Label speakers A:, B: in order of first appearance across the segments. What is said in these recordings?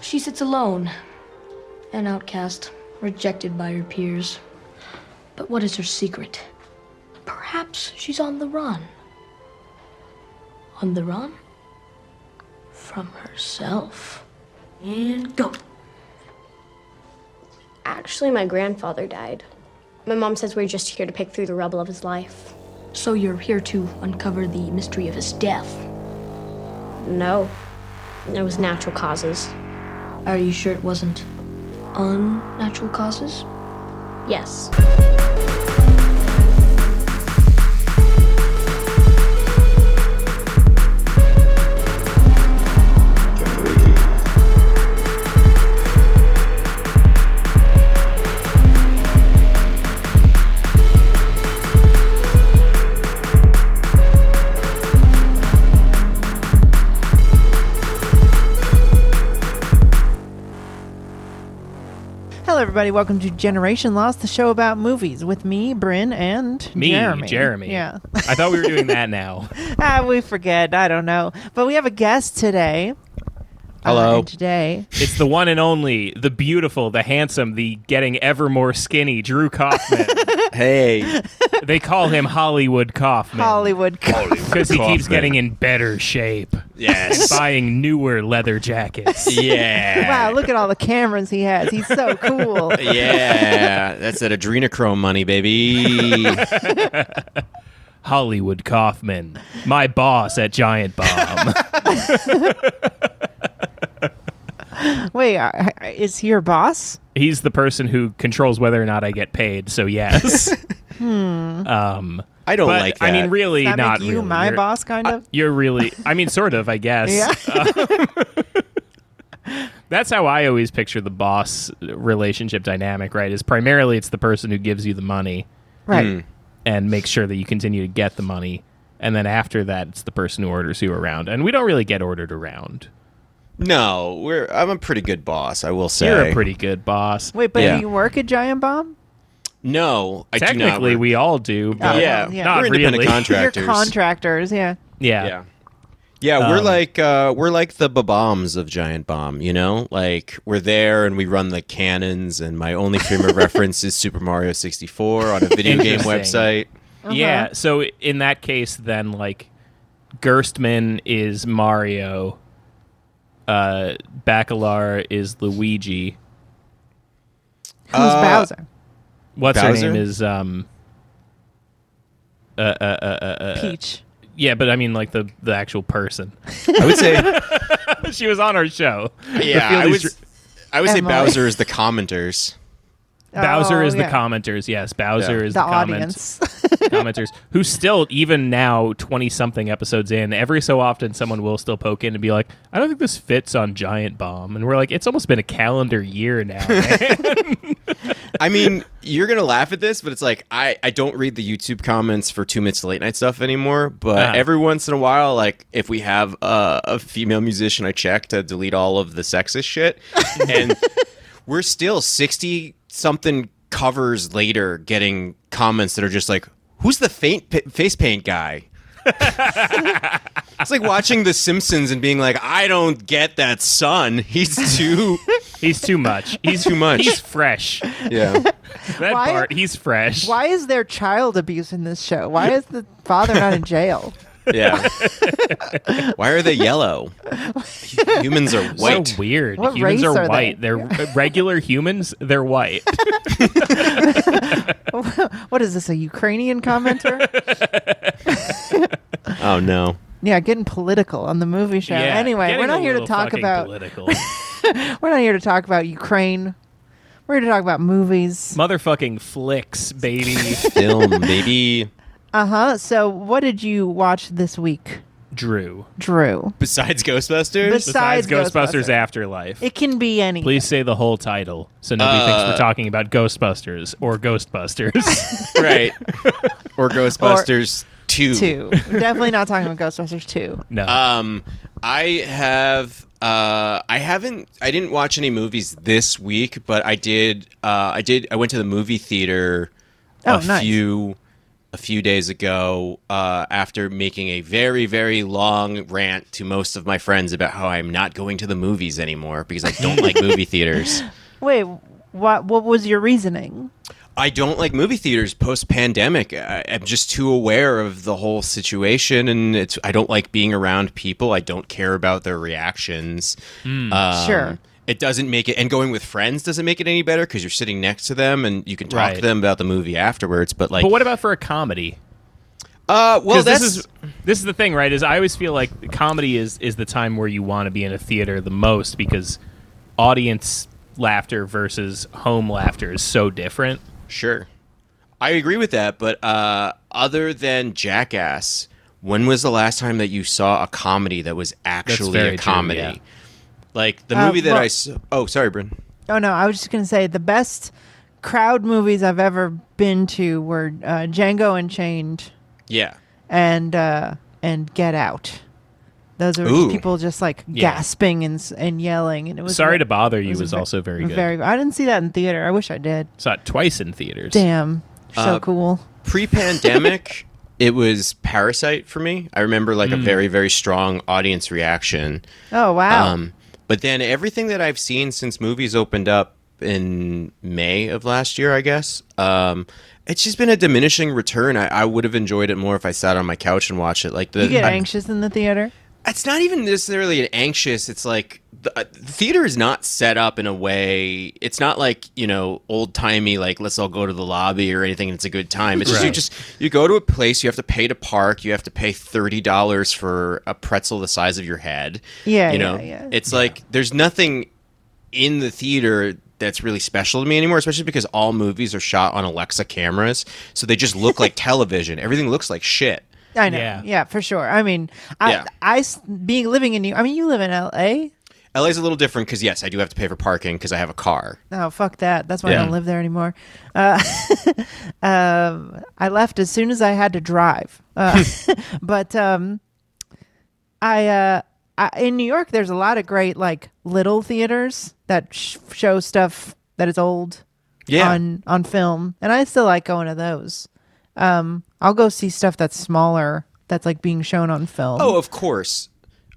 A: She sits alone, an outcast, rejected by her peers. But what is her secret? Perhaps she's on the run. On the run? From herself. And go.
B: Actually, my grandfather died. My mom says we're just here to pick through the rubble of his life.
A: So you're here to uncover the mystery of his death.
B: No, it was natural causes.
A: Are you sure it wasn't unnatural causes?
B: Yes.
C: Hello, everybody. Welcome to Generation Lost, the show about movies with me, Bryn, and
D: Me,
C: Jeremy.
D: Jeremy.
C: Yeah.
D: I thought we were doing that now.
C: ah, we forget. I don't know. But we have a guest today.
D: Hello.
C: Uh, and today.
D: It's the one and only, the beautiful, the handsome, the getting ever more skinny Drew Kaufman.
E: Hey,
D: they call him Hollywood Kaufman.
C: Hollywood.
D: Because he keeps
E: Kaufman.
D: getting in better shape.
E: Yes.
D: Buying newer leather jackets.
E: yeah.
C: wow, look at all the cameras he has. He's so cool.
E: Yeah, that's that adrenochrome money, baby.
D: Hollywood Kaufman. My boss at Giant Bomb.
C: Wait, uh, is he your boss?
D: He's the person who controls whether or not I get paid, so yes. Um,
E: Hmm. I don't
D: but,
E: like that.
D: I mean, really,
C: Does that
D: not
C: make you
D: really.
C: my
D: You're-
C: boss, kind
D: Uh,
C: of?
D: You're really, I mean, sort of, I guess. Um, That's how I always picture the boss relationship dynamic, right? Is primarily it's the person who gives you the money
C: right.
E: Hmm.
D: and makes sure that you continue to get the money. And then after that, it's the person who orders you around. And we don't really get ordered around.
E: no, we're. I'm a pretty good boss, I will say.
D: You're a pretty good boss.
C: Wait, but
E: Yeah.
C: do you work at Giant Bomb?
E: No, I do not
D: Technically,
E: work-
D: we all do. But
E: yeah,
C: yeah.
D: Not
E: we're independent
D: really. You're
E: contractors.
C: You're contractors, yeah.
D: yeah.
E: yeah. Yeah, we're
D: Um,
E: like uh, we're like the bombs of Giant Bomb, you know. Like we're there and we run the cannons. And my only frame of reference is Super Mario 64 on a video game
D: Interesting.
E: website.
D: Yeah.
C: Uh-huh.
D: So in that case, then like Gerstmann is Mario, uh, Bacalar is Luigi.
C: Who's
E: Uh,
C: Bowser?
D: What's
E: Bowser?
D: her name is um. uh,
C: Peach.
D: Yeah, but I mean like the the actual person.
E: I would say,
D: she was on our show.
E: yeah,
D: The
E: I would,
D: Fieldies-
E: I would say
C: Emily.
E: Bowser is the commenters.
D: Bowser
C: Oh,
D: is
C: yeah.
D: the commenters. Yes, Bowser
E: Yeah.
D: is
C: The
D: the, comment-
C: audience.
D: commenters. Who still even now twenty something episodes in, every so often someone will still poke in and be like, "I don't think this fits on Giant Bomb," and we're like, "It's almost been a calendar year now." man."
E: I mean, you're gonna laugh at this, but it's like I, I don't read the YouTube comments for two minutes to late night stuff anymore. But
D: Uh-huh.
E: every once in a while, like if we have uh, a female musician, I check to delete all of the sexist shit, and we're still sixty something covers later getting comments that are just like, "Who's the faint p- face paint guy?" it's like watching The Simpsons and being like, "I don't get that son. He's too
D: He's too much. He's
E: Too much.
D: He's fresh.
E: yeah."
D: That
C: Why-
D: part, he's fresh.
C: Why is there child abuse in this show? Why is the father not in jail?
E: Yeah. Why are they yellow? Humans are
D: So
E: white.
D: weird.
C: What race
D: humans are,
C: are they?
D: white. They? are regular humans. They're white.
C: What is this, a Ukrainian commenter?
E: oh no.
C: yeah, getting political on the movie show.
D: Yeah,
C: anyway, we're
D: getting
C: not
D: a
C: here to
D: little
C: talk
D: fucking
C: about
D: political.
C: we're not here to talk about Ukraine. We're here to talk about movies.
D: motherfucking flicks, baby.
E: Film, baby.
C: Uh-huh. So, what did you watch this week,
D: Drew.
C: Drew?
E: Besides Ghostbusters?
C: Bes- Besides
D: Besides, Ghostbusters,
C: Ghostbusters.
D: Afterlife.
C: It can be any.
D: Please say the whole title so nobody
E: Uh.
D: thinks we're talking about Ghostbusters or Ghostbusters.
E: right. Or Ghostbusters 2.
C: Two. Definitely not talking about Ghostbusters 2.
D: no.
E: Um I have uh I haven't I didn't watch any movies this week, but I did uh I did I went to the movie theater
C: Oh,
E: a
C: nice.
E: few a few days ago uh, after making a very, very long rant to most of my friends about how I'm not going to the movies anymore because I don't like movie theaters.
C: Wait, what? What was your reasoning?
E: I don't like movie theaters post pandemic. I'm just too aware of the whole situation, and it's I don't like being around people. I don't care about their reactions. Um,
C: Sure.
E: it doesn't make it, and going with friends doesn't make it any better because you're sitting next to them and you can talk to
D: Right.
E: them about the movie afterwards. But like,
D: But what about for a comedy?
E: uh, well,
D: 'Cause
E: that's
D: this is this is the thing, right? Is I always feel like comedy is is the time where you want to be in a theater the most because audience laughter versus home laughter is so different.
E: Sure. I agree with that, but uh, other than Jackass, when was the last time that you saw a comedy that was actually
D: very
E: a
D: true,
E: comedy?
D: yeah.
E: Like the
C: Uh,
E: movie that
C: well-
E: I s I Oh, sorry, Bryn.
C: Oh no, I was just gonna say the best crowd movies I've ever been to were uh, Django Unchained
E: Yeah.
C: and uh, and Get Out. Those are
E: Ooh.
C: people just like
D: Yeah.
C: gasping and s- and yelling, and it was
D: Sorry to bother you
C: it
D: was,
C: a ve-
D: also very good.
C: Very. I didn't see that in theater. I wish I did.
D: Saw it twice in theaters.
C: Damn, so
E: Uh,
C: cool.
E: Pre-pandemic, it was Parasite for me. I remember like a
D: Mm.
E: very very strong audience reaction.
C: Oh wow.
E: Um, but then everything that I've seen since movies opened up in May of last year, I guess, um, it's just been a diminishing return. I, I would have enjoyed it more if I sat on my couch and watched it. Like the,
C: you get
E: I-
C: anxious in the theater.
E: it's not even necessarily an anxious. It's like the, uh, theater is not set up in a way. It's not like you know old timey like let's all go to the lobby or anything. and It's a good time. It's just you
D: Right.
E: just you go to a place. You have to pay to park. You have to pay thirty dollars for a pretzel the size of your head.
C: Yeah,
E: you
C: yeah,
E: know
C: yeah.
E: it's like there's nothing in the theater that's really special to me anymore, especially because all movies are shot on Alexa cameras, so they just look like television. Everything looks like shit.
C: I know. Yeah,
D: Yeah.
C: for sure. I mean, I,
E: Yeah.
C: I s- being living in New. I mean, you live in L.A.
E: LA's a little different because yes, I do have to pay for parking because I have a car.
C: Oh fuck that! That's why I
E: Yeah.
C: don't live there anymore. Uh, um, I left as soon as I had to drive. Uh, but um, I, uh, I in New York, there's a lot of great like little theaters that sh- show stuff that is old
E: Yeah.
C: on on film, and I still like going to those. Um, I'll go see stuff that's smaller that's like being shown on film.
E: Oh, of course.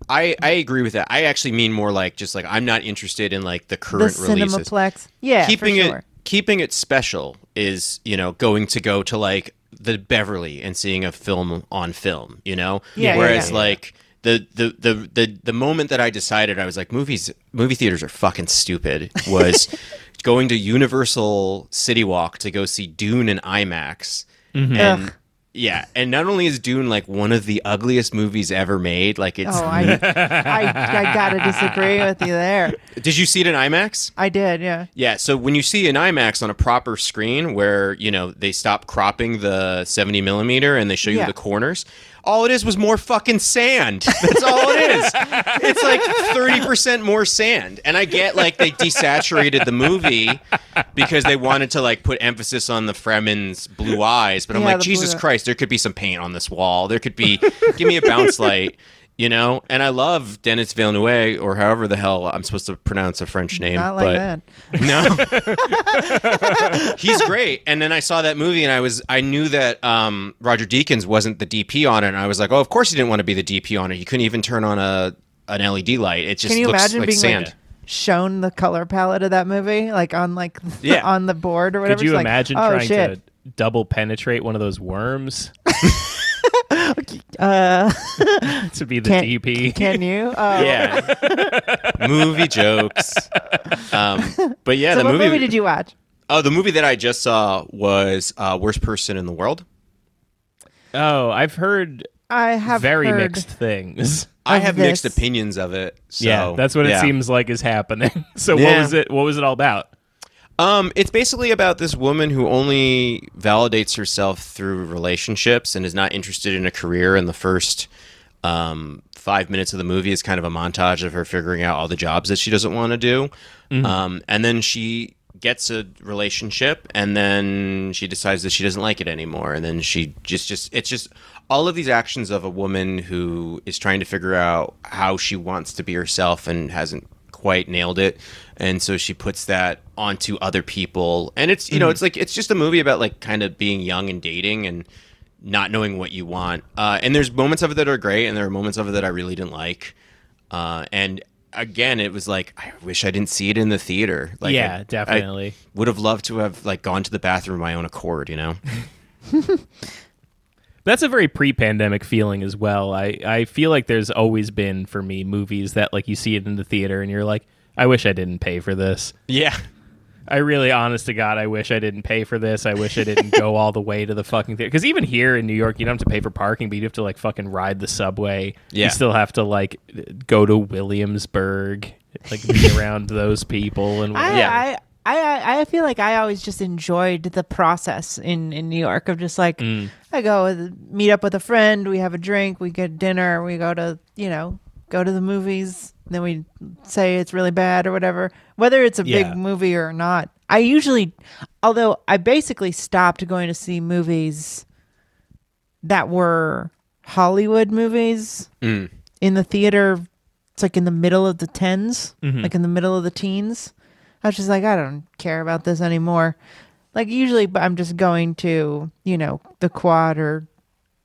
E: I I agree with that. I actually mean more like just like I'm not interested in like the
C: the
E: current releases.
C: Cinemaplex, yeah,
E: keeping
C: for sure.
E: it keeping it special is you know going to go to like the Beverly and seeing a film on film. You know,
C: Yeah, yeah,
E: Whereas
C: yeah.
E: like. The, the, the, the, the moment that I decided I was like movies movie theaters are fucking stupid was going to Universal City Walk to go see Dune in IMAX and
C: Ugh.
E: yeah and not only is Dune like one of the ugliest movies ever made like it's
C: Oh, I, I, I gotta disagree with you there.
E: did you see it in IMAX
C: I did, yeah.
E: Yeah, so when you see an IMAX on a proper screen where, you know, they stop cropping the 70 millimeter and they show you
C: Yeah.
E: the corners, all it is was more fucking sand. That's all it is. It's like 30% more sand. And I get like they desaturated the movie because they wanted to like put emphasis on the Fremen's blue eyes. But I'm
C: Yeah,
E: like,
C: the
E: Jesus
C: blue-
E: Christ, there could be some paint on this wall. There could be, give me a bounce light. You know, and I love Dennis Villeneuve, or however the hell I'm supposed to pronounce a French name.
C: Not like
E: but
C: that.
E: no. He's great. And then I saw that movie and I was I knew that um, Roger Deakins wasn't the DP on it and I was like, "Oh, of course he didn't want to be the DP on it. He couldn't even turn on a an LED light. It just
C: Can you
E: looks
C: imagine
E: like
C: being
E: sand."
C: like shown the color palette of that movie, like on like
E: Yeah.
C: on the board or whatever?
D: Could you
C: It's like,
D: imagine
C: oh,
D: trying
C: shit.
D: to double penetrate one of those worms? uh, to be the
C: Can't-
D: DP.
C: Can you? Oh.
E: yeah. movie jokes. Um, but yeah,
C: So
E: the
C: what movie,
E: movie,
C: did you watch?
E: Oh, the movie that I just saw was uh, Worst Person in the World.
D: Oh, I've heard
C: I have
D: very
C: heard-
D: mixed things.
E: I
C: Of
E: have mixed
C: this.
E: opinions of it. So,
D: yeah, that's what it
E: yeah.
D: seems like is happening. So what
E: Yeah.
D: was it? What was it all about?
E: Um, it's basically about this woman who only validates herself through relationships and is not interested in a career. And the first um, five minutes of the movie is kind of a montage of her figuring out all the jobs that she doesn't want to do. Um, and then she gets a relationship, and then she decides that she doesn't like it anymore. And then she just, just it's just all of these actions of a woman who is trying to figure out how she wants to be herself and hasn't quite nailed it and so she puts that onto other people and it's you know it's like it's just a movie about like kind of being young and dating and not knowing what you want. Uh, and there's moments of it that are great, and there are moments of it that I really didn't like. Uh, and again, it was like I wish I didn't see it in the theater. Like,
D: Yeah,
E: I- I
D: definitely.
E: would have loved to have like gone to the bathroom of my own accord. You know,
D: That's a very pre-pandemic feeling as well. I I feel like there's always been for me movies that like you see it in the theater and you're like, I wish I didn't pay for this.
E: yeah.
D: I really, honest to God, I wish I didn't pay for this. I wish I didn't go all the way to the fucking theater. Because even here in New York, you don't have to pay for parking, but you have to like fucking ride the subway.
E: Yeah.
D: You still have to like go to Williamsburg, like be around those people and
C: I,
D: yeah.
C: I, I, I feel like I always just enjoyed the process in, in New York of just like
D: Mm.
C: I go with, meet up with a friend, we have a drink, we get dinner, we go to you know go to the movies, then we say it's really bad or whatever, whether it's a
D: Yeah.
C: big movie or not. I usually, although I basically stopped going to see movies that were Hollywood movies in the theater. It's like in the middle of the 10s like in the middle of the teens. I was just like, I don't care about this anymore. Like usually, but I'm just going to you know the quad or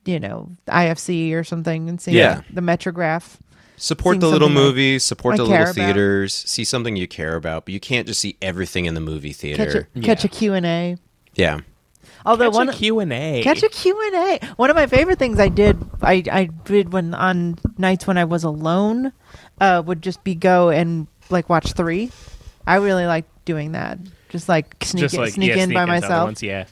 C: you know IFC or something and seeing
E: Yeah.
C: the Metrograph.
E: Support
C: Seeing
E: the little
C: something I-
E: movies, support
C: I
E: the
C: care
E: little
C: about.
E: theaters, see something you care about, but you can't just see everything in the movie
C: Catch a,
E: theater.
C: catch a Q and A.
E: yeah.
C: Although
D: Catch
C: one
D: a Q&A.
C: catch a Q&A. One of my favorite things I did, I, I did when on nights when I was alone, uh, would just be go and like watch three. I really like doing that. Just like sneak,
D: Just
C: in,
D: like,
C: sneak
D: yeah,
C: in by
D: into other
C: myself.
D: Ones, yeah.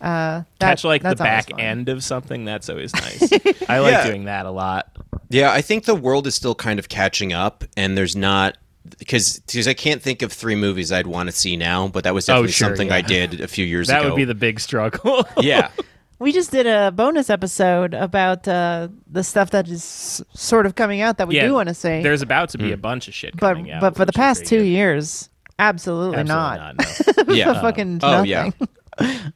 C: That-
D: catch like the
C: that's always
D: back
C: fun.
D: end of something. That's always nice. I like
E: Yeah.
D: doing that a lot.
E: Yeah, I think the world is still kind of catching up, and there's not because I can't think of three movies I'd want to see now, but that was
D: Oh,
E: definitely
D: sure,
E: something
D: yeah.
E: I did a few years
D: That
E: ago.
D: would be the big struggle.
E: yeah,
C: We just did a bonus episode about uh, the stuff that is s- sort of coming out that we do want to see.
D: There's about to be a bunch of shit
C: but
D: coming out.
C: but for the
D: which is
C: past
D: pretty
C: two
D: good.
C: years, absolutely,
D: Absolutely
C: not.
D: not Uh, no.
E: yeah.
C: Fucking
E: oh
C: nothing.
E: yeah,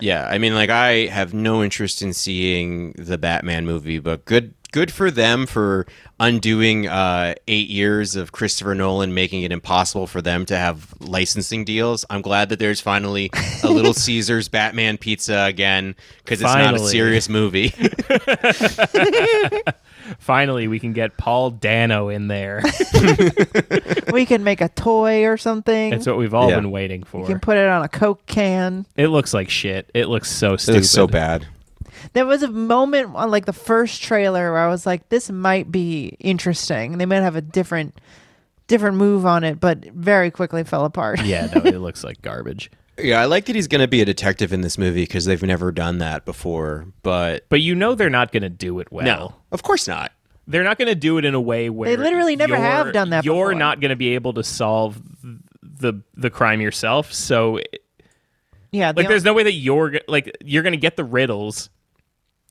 E: yeah. I mean, like I have no interest in seeing the Batman movie, but good good for them for undoing uh, eight years of Christopher Nolan making it impossible for them to have licensing deals. I'm glad that there's finally a Little Caesars Batman pizza again because it's not a
D: Finally.
E: serious movie.
D: Finally, we can get Paul Dano in there.
C: we can make a toy or something.
D: That's what we've all
E: Yeah.
D: been waiting for.
C: you can put it on a Coke can.
D: it looks like shit. It looks so
E: It
D: stupid.
E: looks so bad.
C: There was a moment on like the first trailer where I was like, "This might be interesting. They might have a different, different move on it," but very quickly fell apart.
D: Yeah, no, it looks like garbage.
E: Yeah, I like that he's going to be a detective in this movie because they've never done that before. But
D: But you know they're not going to do it well.
E: no, of course not.
D: They're not going to do it in a way where
C: They literally never
D: you're-
C: have done that
D: You're
C: before.
D: not going to be able to solve th- the the crime yourself. So
C: yeah.
D: like
C: the-
D: there's no way that you're g- like you're going to get the riddles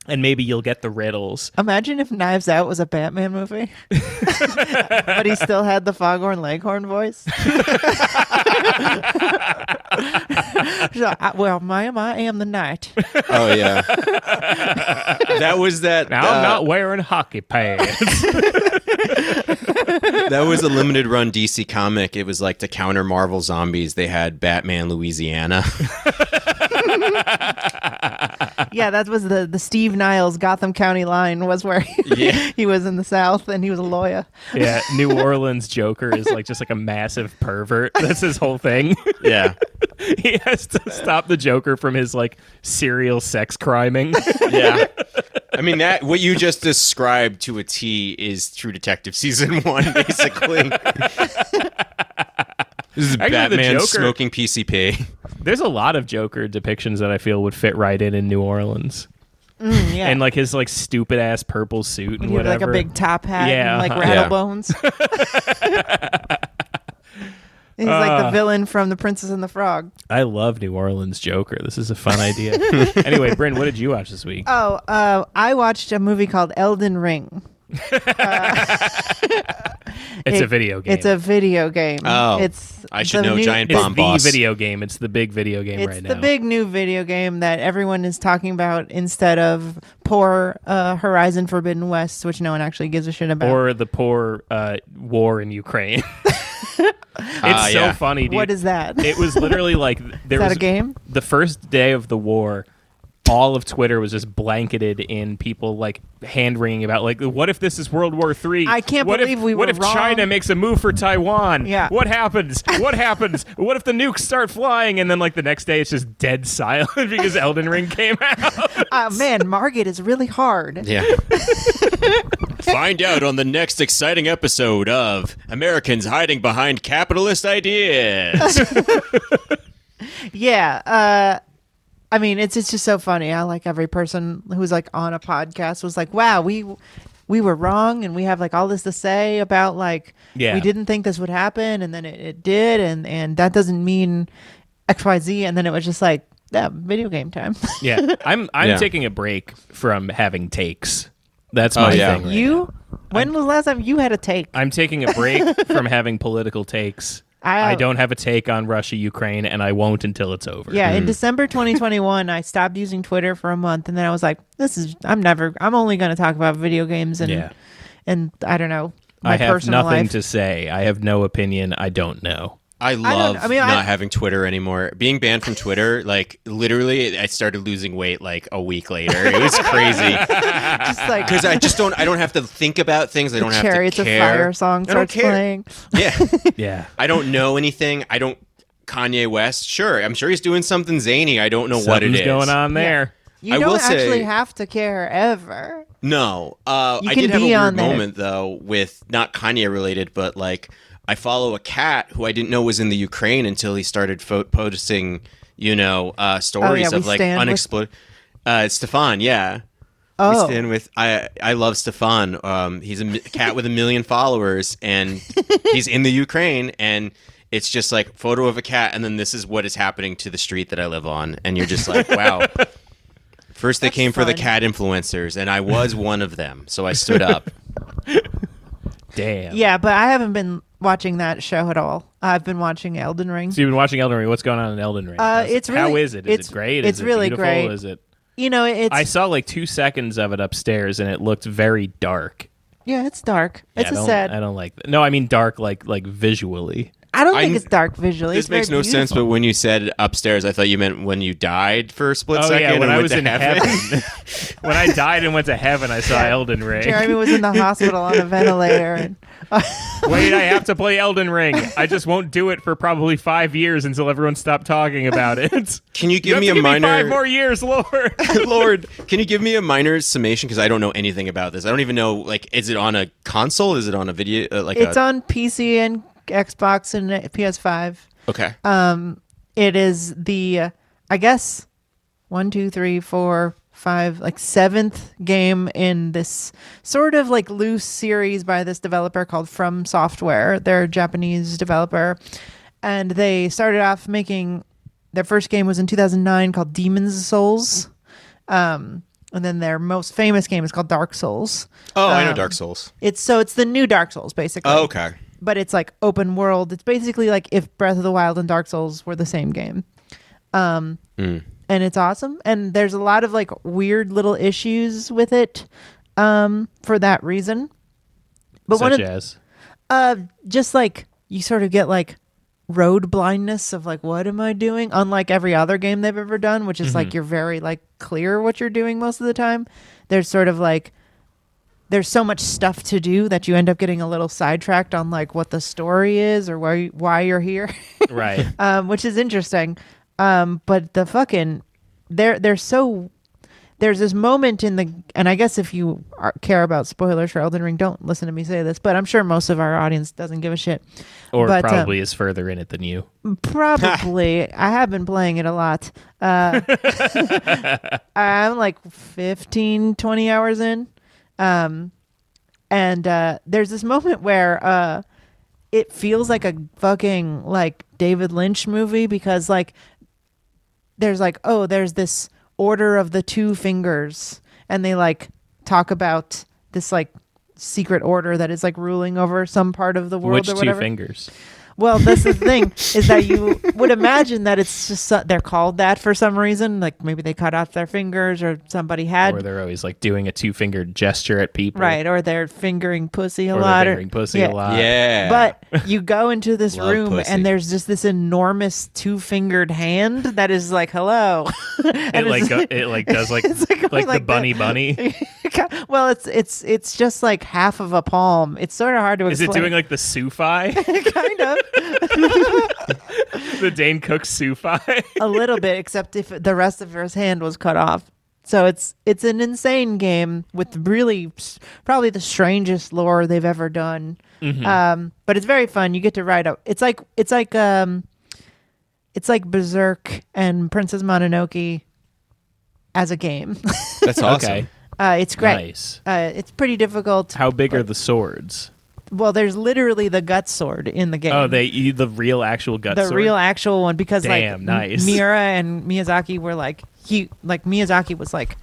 D: and maybe you'll get the riddles.
C: Imagine if Knives Out was a Batman movie, but he still had the Foghorn Leghorn voice. So, I- well, ma'am, I am the knight.
E: Oh yeah, that was that. uh,
D: Now I'm not wearing hockey pads.
E: that was a limited run DC comic. It was like to counter Marvel zombies. They had Batman Louisiana.
C: Yeah, that was the, the Steve Niles Gotham County line was where he, he was in the South and he was a lawyer.
D: yeah, New Orleans Joker is like just like a massive pervert. That's his whole thing.
E: yeah,
D: he has to stop the Joker from his like serial sex criming.
E: yeah. I mean that what you just described to a T is True Detective season one, basically. this
D: Actually,
E: is
D: the
E: Batman
D: Joker-
E: smoking PCP.
D: There's a lot of Joker depictions that I feel would fit right in in New Orleans,
C: Yeah,
D: and like his like stupid ass purple suit and
C: he had, like
D: whatever.
C: a big top hat
D: Yeah,
C: and like
D: uh-huh.
C: rattle
E: Yeah.
C: bones. He's like the
D: Uh.
C: villain from The Princess and the Frog.
D: I love New Orleans Joker. This is a fun idea. anyway, Bryn, what did you watch this week?
C: Oh, uh, I watched a movie called Elden Ring.
D: it's
C: it-
D: a video game.
C: It's a video game.
E: Oh.
C: it's
E: I should
C: the
E: know
C: new-
E: Giant
D: It's
E: Bomb
D: the
E: Boss.
D: video game. It's the big video game
C: It's
D: right
C: the
D: now.
C: big new video game that everyone is talking about instead of poor uh, Horizon Forbidden West, which no one actually gives a shit about.
D: or the poor uh, war in Ukraine. it's
E: Ah,
D: so
E: yeah.
D: funny, dude.
C: what is that?
D: it was literally like there
C: that
D: was
C: a game?
D: The first day of the war, all of Twitter was just blanketed in people like hand wringing about like, what if this is World War Three?
C: I can't
D: what
C: believe
D: if,
C: we
D: What
C: were
D: if
C: wrong."
D: China makes a move for Taiwan?
C: Yeah.
D: What happens? What happens? what if the nukes start flying? And then like the next day, it's just dead silent because Elden Ring came out.
C: Oh man, Margit is really hard.
E: Yeah. Find out on the next exciting episode of Americans Hiding Behind Capitalist Ideas.
C: Yeah. Uh, I mean, it's it's just so funny. I like every person who was like on a podcast was like, "Wow, we we were wrong, and we have like all this to say about like
D: Yeah.
C: we didn't think this would happen, and then it, it did, and and that doesn't mean X Y Z, and then it was just like yeah, video game time.
D: yeah, I'm I'm
E: Yeah.
D: taking a break from having takes. That's my
E: Oh, yeah.
D: thing. right
C: you when was the last time you had a take?
D: I'm taking a break from having political takes. I,
C: I- uh,
D: don't have a take on Russia Ukraine, and I won't until it's over.
C: Yeah, in December 2021, I stopped using Twitter for a month, and then I was like, "This is I'm never. I'm only going to talk about video games and
D: Yeah.
C: and I don't know my
D: I have
C: personal
D: nothing
C: life."
D: to say. I have no opinion. I don't know.
E: I love
C: I mean,
E: not
C: I-
E: having Twitter anymore. Being banned from Twitter, like literally, I started losing weight like a week later. It was crazy
C: Just like
E: because I just don't. I don't have to think about things. I don't have
C: Chariots
E: to
C: of
E: care.
C: Fire song
E: I don't
C: starts
E: care.
C: playing.
E: Yeah,
D: Yeah.
E: I don't know anything. I don't. Kanye West, sure. I'm sure he's doing something zany. I don't know what it
D: Something's
E: is
D: going on there?
C: You
E: I
C: don't
E: will say-
C: actually have to care ever.
E: No, uh,
C: You
E: I
C: can
E: did have a
C: be on
E: weird
C: there.
E: moment though with not Kanye related, but like I follow a cat who I didn't know was in the Ukraine until he started fo- posting, you know, uh, stories
C: we
E: of like
C: stand with-
E: unexploded. Uh, Stefan, yeah.
C: Oh.
E: We stand with I. I love Stefan. Um, he's a mi- cat with a million followers, and he's in the Ukraine, and it's just like photo of a cat, and then this is what is happening to the street that I live on, and you're just like, wow. First, they came for the
C: fun.
E: cat influencers, and I was one of them, so I stood up.
D: Damn.
C: Yeah, but I haven't been watching that show at all. I've been watching Elden Ring.
D: So you've been watching Elden Ring. What's going on in Elden Ring?
C: Uh,
D: How's-
C: it's
D: how
C: really-
D: is it? Is
C: it's-
D: it great?
C: it's
D: is it
C: really
D: beautiful?
C: great.
D: Is it?
C: You know, it's
D: I saw like two seconds of it upstairs, and it looked very dark.
C: yeah, it's dark.
D: Yeah,
C: it's
D: I
C: a
D: don't,
C: sad.
D: I don't like. That. No, I mean dark, like like visually.
C: I don't
E: I
C: think
E: kn-
C: it's dark visually.
E: this
C: It's
E: makes no
C: very
E: sense,
C: beautiful.
E: but when you said upstairs, I thought you meant when you died for a split
D: Oh
E: second.
D: yeah, when
E: and
D: I
E: went
D: was
E: to
D: in heaven, when I died and went to heaven, I saw Elden Ring.
C: Jeremy was in the hospital on a ventilator, and
D: Wait, I have to play Elden Ring. I just won't do it for probably five years until everyone stopped talking about it.
E: Can you
D: You
E: give
D: have
E: me
D: to
E: a
D: give
E: minor?
D: me five more years, Lord.
E: Lord, can you give me a minor summation? Because I don't know anything about this. I don't even know. Like, is it on a console? Is it on a video? Uh, like,
C: it's
E: a,
C: on PC and Xbox and PS5.
E: okay.
C: uh, It is the, uh, I guess, one, two, three, four, five, like seventh game in this sort of like loose series by this developer called From Software. They're a Japanese developer. And they started off making their first game was in 2009 called Demon's Souls. Um, and then their most famous game is called Dark Souls.
E: oh,
C: uh,
E: I know Dark Souls.
C: It's so it's the new Dark Souls basically
E: Oh, okay.
C: but it's like open world. It's basically like if Breath of the Wild and Dark Souls were the same game. Um and it's awesome and there's a lot of like weird little issues with it um for that reason. But one
D: Such
C: of
D: as
C: uh just like you sort of get like road blindness of like what am I doing unlike every other game they've ever done which is like you're very like clear what you're doing most of the time. There's sort of like there's so much stuff to do that you end up getting a little sidetracked on like what the story is or why why you're here,
D: right.
C: um, which is interesting. Um, but the fucking they're they're so there's this moment in the and I guess if you are, care about spoilers for Elden Ring, don't listen to me say this, but I'm sure most of our audience doesn't give a shit.
D: Or
C: But, um,
D: probably is further in it than you.
C: Probably. I have been playing it a lot. Uh, I'm like 15, 20 hours in. Um, and uh, there's this moment where uh, it feels like a fucking like David Lynch movie because like there's like oh there's this order of the two fingers and they like talk about this like secret order that is like ruling over some part of the world
D: Which
C: or
D: two
C: whatever.
D: fingers?
C: Well, that's the thing is that you would imagine that it's just so- they're called that for some reason. Like maybe they cut off their fingers, or somebody had
D: Where they're always like doing a two fingered gesture at people.
C: right, or they're fingering pussy a
D: Or they're
C: lot, or
D: fingering pussy
C: yeah.
D: a lot.
E: yeah.
C: uh, But you go into this
E: Love
C: room
E: pussy.
C: and there's just this enormous two fingered hand that is like hello,
D: It
C: and
D: like
C: it's-
D: go, it like uh, does like
C: it's like
D: like,
C: going like
D: the
C: that.
D: bunny bunny.
C: well, it's it's it's just like half of a palm. It's sort of hard to
D: Is it
C: explain.
D: doing like the sufi?
C: kind of
D: the Dane Cook sufi?
C: a little bit, except if the rest of his hand was cut off. So it's it's an insane game with really s- probably the strangest lore they've ever done.
D: Mm-hmm.
C: Um, but it's very fun. You get to ride a. It's like it's like um, it's like Berserk and Princess Mononoke as a game.
E: That's awesome.
D: Okay.
C: uh, it's great.
D: Nice.
C: Uh, it's pretty difficult.
D: How big are the swords?
C: Well, there's literally the gut sword in the game.
D: Oh, they eat the real actual gut
C: the
D: sword.
C: real actual one because
D: Damn,
C: like
D: nice.
C: Mira and Miyazaki were like he like Miyazaki was like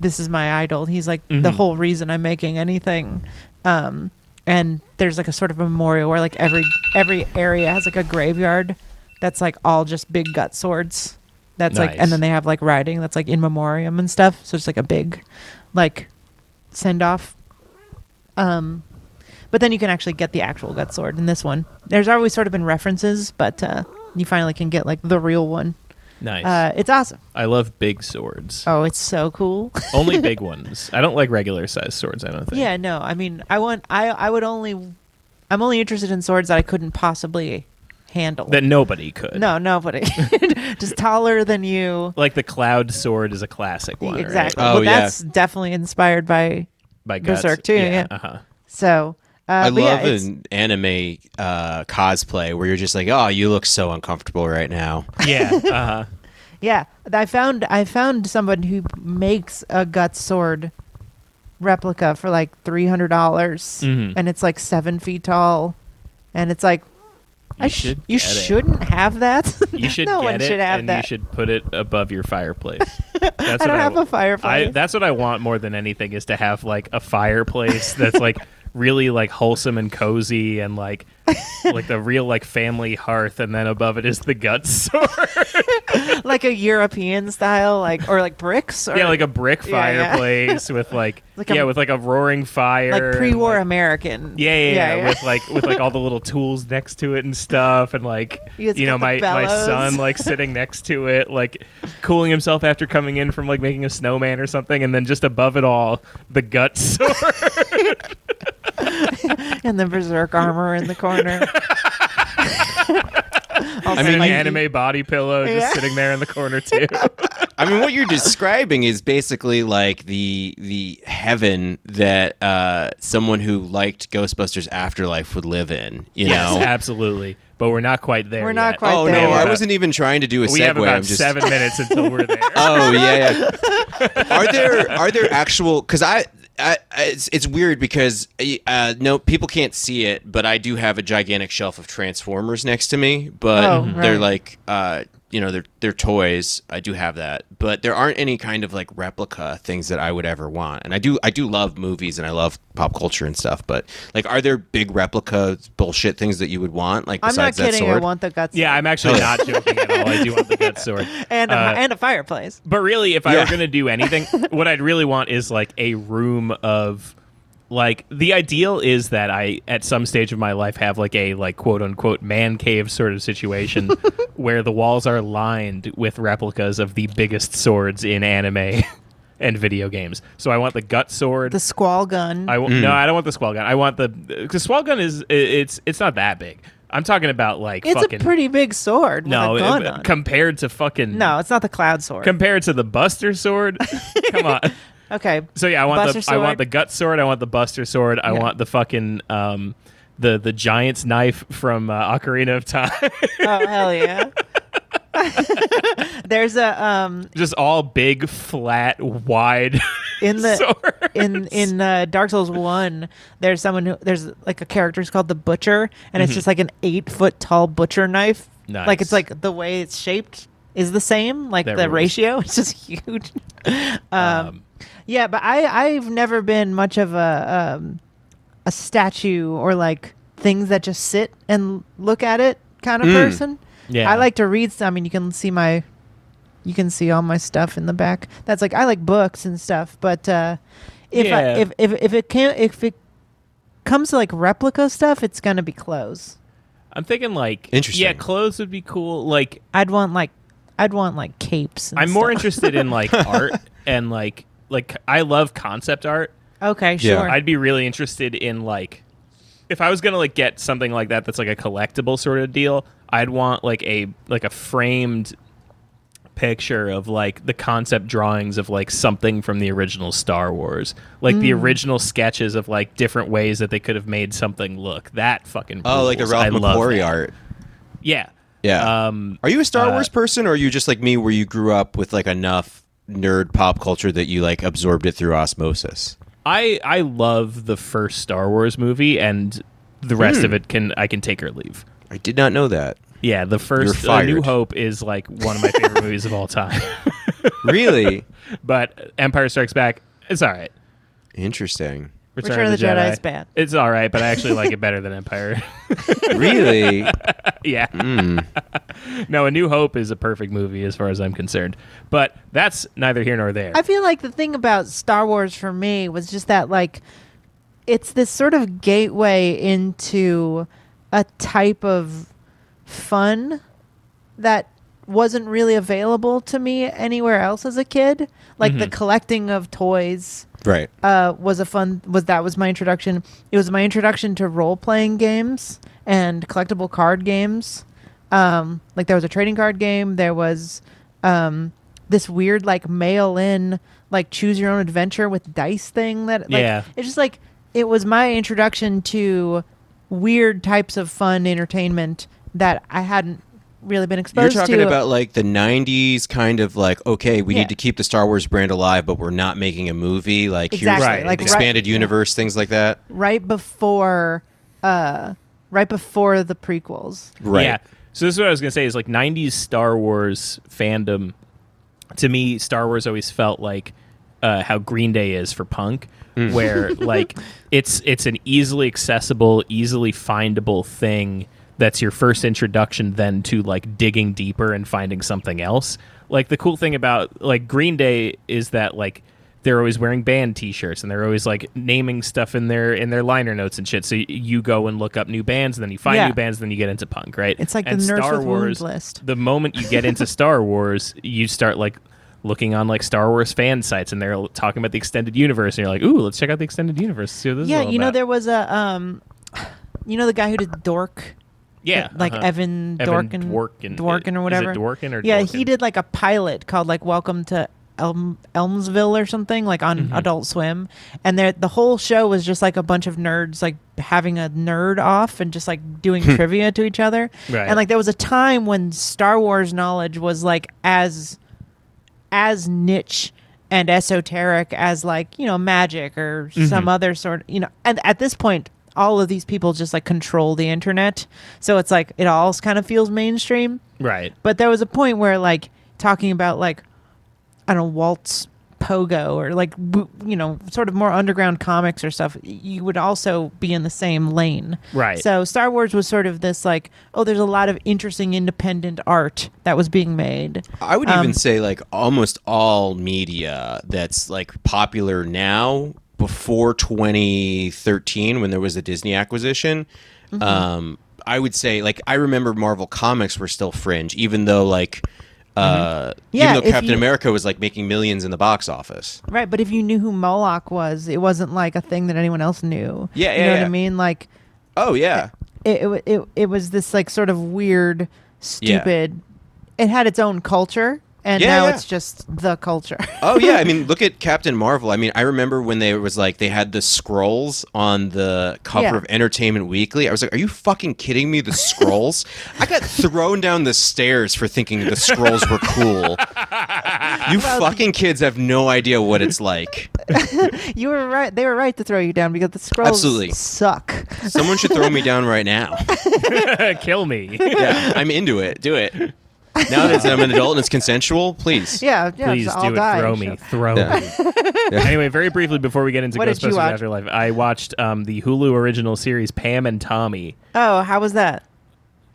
C: this is my idol. He's like the
D: Mm-hmm.
C: whole reason I'm making anything. Um and there's like a sort of memorial where like every every area has like a graveyard that's like all just big gut swords. That's like
D: Nice.
C: and then they have like writing that's like in memoriam and stuff. So it's like a big like send off. Um but then you can actually get the actual gut sword in this one. There's always sort of been references, but uh, you finally can get like the real one.
D: nice.
C: Uh, it's awesome.
D: I love big swords.
C: Oh, it's so cool.
D: Only big ones. I don't like regular sized swords. I don't think.
C: yeah, no, I mean, I want, I, I would only, I'm only interested in swords that I couldn't possibly handle.
D: That nobody could.
C: no, nobody, just taller than you.
D: Like the cloud sword is a classic one. right?
C: exactly.
E: Oh,
C: well,
E: yeah.
C: that's definitely inspired by.
D: By guts.
C: Berserk too, yeah.
D: Uh-huh.
C: So. Uh,
E: I
C: but yeah,
E: love
C: it's-
E: an anime uh, cosplay where you're just like, oh, you look so uncomfortable right now.
D: Yeah. Uh-huh.
C: Yeah, I found I found someone who makes a gut sword replica for like three hundred dollars,
D: Mhm.
C: and it's like seven feet tall, and it's like I sh-
D: should
C: you
D: get it.
C: shouldn't have that.
D: You should
C: no
D: get
C: one
D: it
C: should have
D: and
C: that.
D: you should put it above your fireplace. That's
C: I don't have
D: a
C: a fireplace.
D: I, that's what I want more than anything is to have like a fireplace that's like really like wholesome and cozy and like like the real like family hearth and then above it is the gut sword.
C: like a European style, like or like bricks, or
D: yeah, like a brick
C: Yeah, yeah.
D: fireplace with like,
C: Like a-
D: yeah, with like a roaring fire.
C: like
D: and,
C: pre-war
D: like-
C: American.
D: yeah, yeah, yeah, with like with like all the little tools next to it and stuff, and like
C: You
D: you,
C: just
D: know
C: got
D: my
C: the
D: my
C: bellows.
D: son like sitting next to it, like cooling himself after coming in from like making a snowman or something, and then just above it all the gut sword.
C: and the berserk armor in the corner. Also,
D: I mean,
C: Oh, like,
D: anime body pillow just
C: Yeah.
D: sitting there in the corner too.
E: I mean, what you're describing is basically like the the heaven that uh, someone who liked Ghostbusters Afterlife would live in. You know?
D: absolutely. But we're not quite there.
C: We're not
D: yet.
C: quite
E: oh
C: there.
E: no, I
D: about-
E: wasn't even trying to do a
D: uh, We
E: segue.
D: have about
E: I'm just
D: seven minutes until we're there.
E: Oh yeah. yeah. Are there are there actual? Because I, I I- it's it's weird because uh, no people can't see it, but I do have a gigantic shelf of Transformers next to me. But
C: Oh,
E: they're
C: right.
E: like uh, you know they're they're toys. I do have that, but there aren't any kind of like replica things that I would ever want. And I do I do love movies and I love pop culture and stuff. But like, are there big replica bullshit things that you would want? Like
C: I'm not
E: besides that
C: kidding. I
E: sword?
C: want the guts.
D: yeah, I'm actually not joking at all. I do want the gut sword.
C: and a,
D: Uh,
C: and a fireplace.
D: But really, if I
E: Yeah.
D: were going to do anything, what I'd really want is like a room of like the ideal is that I at some stage of my life have like a like quote unquote man cave sort of situation where the walls are lined with replicas of the biggest swords in anime and video games. So I want the gut sword.
C: The squall gun.
D: I w- no, I don't want the squall gun. I want the because squall gun is i- it's it's not that big. I'm talking about like
C: It's
D: fucking
C: a pretty big sword. with a
D: no it-
C: gun on it.
D: compared to fucking
C: no, it's not the cloud sword.
D: compared to the Buster Sword. Come on.
C: okay,
D: So yeah, I want
C: Buster
D: the I
C: sword.
D: want the gut sword. I want the Buster Sword. I
C: Yeah.
D: want the fucking um the the giant's knife from uh, Ocarina of Time.
C: oh hell yeah. There's a um
D: Just all big, flat, wide
C: in the
D: sword.
C: in in uh, Dark Souls one. There's someone who there's like a character who's called the butcher, and it's just like an eight foot tall butcher knife. Like
D: Mm-hmm. Nice.
C: it's like the way it's shaped is the same. Like
D: That
C: the
D: rules.
C: ratio is just huge. um, yeah, but I I've never been much of a um, a statue or like things that just sit and look at it kind of person.
D: Mm. Yeah.
C: I like to read. s- I mean, you can see my, you can see all my stuff in the back. That's like I like books and stuff, but uh, if
D: Yeah.
C: I, if if if it can't if it comes to like replica stuff, it's gonna be clothes.
D: I'm thinking like
E: Interesting.
D: Yeah, clothes would be cool. Like
C: I'd want like I'd want like capes. And
D: I'm more
C: stuff.
D: interested in like art and like like I love concept art.
C: Okay,
E: Yeah.
C: sure.
D: I'd be really interested in like if I was gonna like get something like that that's like a collectible sort of deal, I'd want like a like a framed picture of like the concept drawings of like something from the original Star Wars. Like the original sketches of like different ways that they could have made something look. That fucking
E: Oh, like the
D: rules.
E: Ralph
D: I love
E: McQuarrie
D: that.
E: art.
D: Yeah.
E: Yeah.
D: Um
E: are you a Star
D: uh,
E: Wars person, or are you just like me, where you grew up with like enough nerd pop culture that you like absorbed it through osmosis?
D: I I love the first Star Wars movie and the rest
E: Hmm.
D: of it can I can take or leave.
E: I did not know that.
D: Yeah, the first
E: You're
D: uh, New
E: fired.
D: Hope is like one of my favorite movies of all time.
E: Really
D: But Empire Strikes Back, it's all right.
E: interesting.
D: Return,
C: Return of the Jedi is bad.
D: It's all right, but I actually like it better than Empire.
E: Really,
D: yeah.
E: Hmm.
D: no, A New Hope is a perfect movie as far as I'm concerned. But that's neither here nor there.
C: I feel like the thing about Star Wars for me was just that like it's this sort of gateway into a type of fun that wasn't really available to me anywhere else as a kid. Like the collecting of toys
E: right?
C: uh, was a fun was that was my introduction. It was my introduction to role playing games and collectible card games. Um, like there was a trading card game. There was um, this weird like mail in like choose your own adventure with dice thing that like,
D: Yeah.
C: It's just like it was my introduction to weird types of fun entertainment that I hadn't really been
E: You're
C: exposed to.
E: talking about like the '90s kind of like, okay, we
C: Yeah.
E: need to keep the Star Wars brand alive, but we're not making a movie. Like
C: Exactly,
E: here's
D: Right. like,
E: like
D: right-
E: expanded universe, things like that.
C: right before uh, right before the prequels.
E: Right.
D: Yeah. So this is what I was gonna say is like '90s Star Wars fandom. To me, Star Wars always felt like uh, how Green Day is for punk, where like it's it's an easily accessible, easily findable thing that's your first introduction then to like digging deeper and finding something else. Like the cool thing about like Green Day is that like they're always wearing band t-shirts and they're always like naming stuff in their in their liner notes and shit so y- you go and look up new bands and then you find
C: Yeah.
D: new bands and then you get into punk right
C: It's like the
D: and
C: nurse
D: Star
C: with wound
D: Wars
C: list.
D: the moment you get into Star Wars, you start like looking on like Star Wars fan sites, and they're l- talking about the extended universe, and you're like, "Ooh, let's check out the extended universe." See what this
C: yeah
D: is all
C: you know
D: about."
C: there was a um you know the guy who did dork
D: yeah,
C: like
D: uh-huh.
C: evan
D: Evan
C: dorkin
D: Dworkin.
C: Dworkin
D: Is
C: or
D: it
C: whatever
D: Dworkin or
C: yeah
D: Dworkin?
C: he did like a pilot called like welcome to Elm, elmsville or something like on adult swim and there the whole show was just like a bunch of nerds like having a nerd off and just like doing trivia to each other
D: Right.
C: and like there was a time when star wars knowledge was like as as niche and esoteric as like you know magic or some other sort you know and at this point all of these people just like control the internet so it's like it all kind of feels mainstream
D: right.
C: but there was a point where like talking about like i don't know waltz pogo or like w- you know sort of more underground comics or stuff y- you would also be in the same lane
D: Right.
C: so star wars was sort of this like oh there's a lot of interesting independent art that was being made
E: I would
C: Um,
E: even say like almost all media that's like popular now before 2013 when there was the Disney acquisition.
C: Mm-hmm.
E: Um, I would say like I remember Marvel comics were still fringe, even though like uh,
C: Mm-hmm. Yeah,
E: even
C: if
E: though Captain
C: you-
E: America was like making millions in the box office.
C: Right, but if you knew who Moloch was, it wasn't like a thing that anyone else knew.
E: Yeah,
C: you
E: yeah,
C: know what
E: yeah.
C: I mean. Like
E: Oh yeah,
C: it, it, wa- it, it was this like sort of weird, stupid. It had its own culture, and
E: Yeah,
C: now
E: yeah.
C: it's just the culture.
E: oh yeah i mean look at captain marvel i mean i remember when they was like they had the scrolls on the cover
C: Yeah.
E: of entertainment weekly i was like are you fucking kidding me the scrolls i got thrown down the stairs for thinking the scrolls were cool you fucking kids have no idea what it's like
C: you were right; they were right to throw you down because the scrolls
E: Absolutely.
C: suck.
E: someone should throw me down right now
D: Uh, Kill me.
E: yeah i'm into it do it Now that I'm an adult and it's consensual, please.
C: Yeah, yeah.
D: Please
C: so
D: do
C: I'll
D: it.
C: die.
D: Throw me.
C: Sure.
D: Throw me. anyway, very briefly before we get into
C: What did you
D: Ghostbusters
C: watch?
D: Afterlife, I watched um, the Hulu original series Pam and Tommy.
C: Oh, how was that?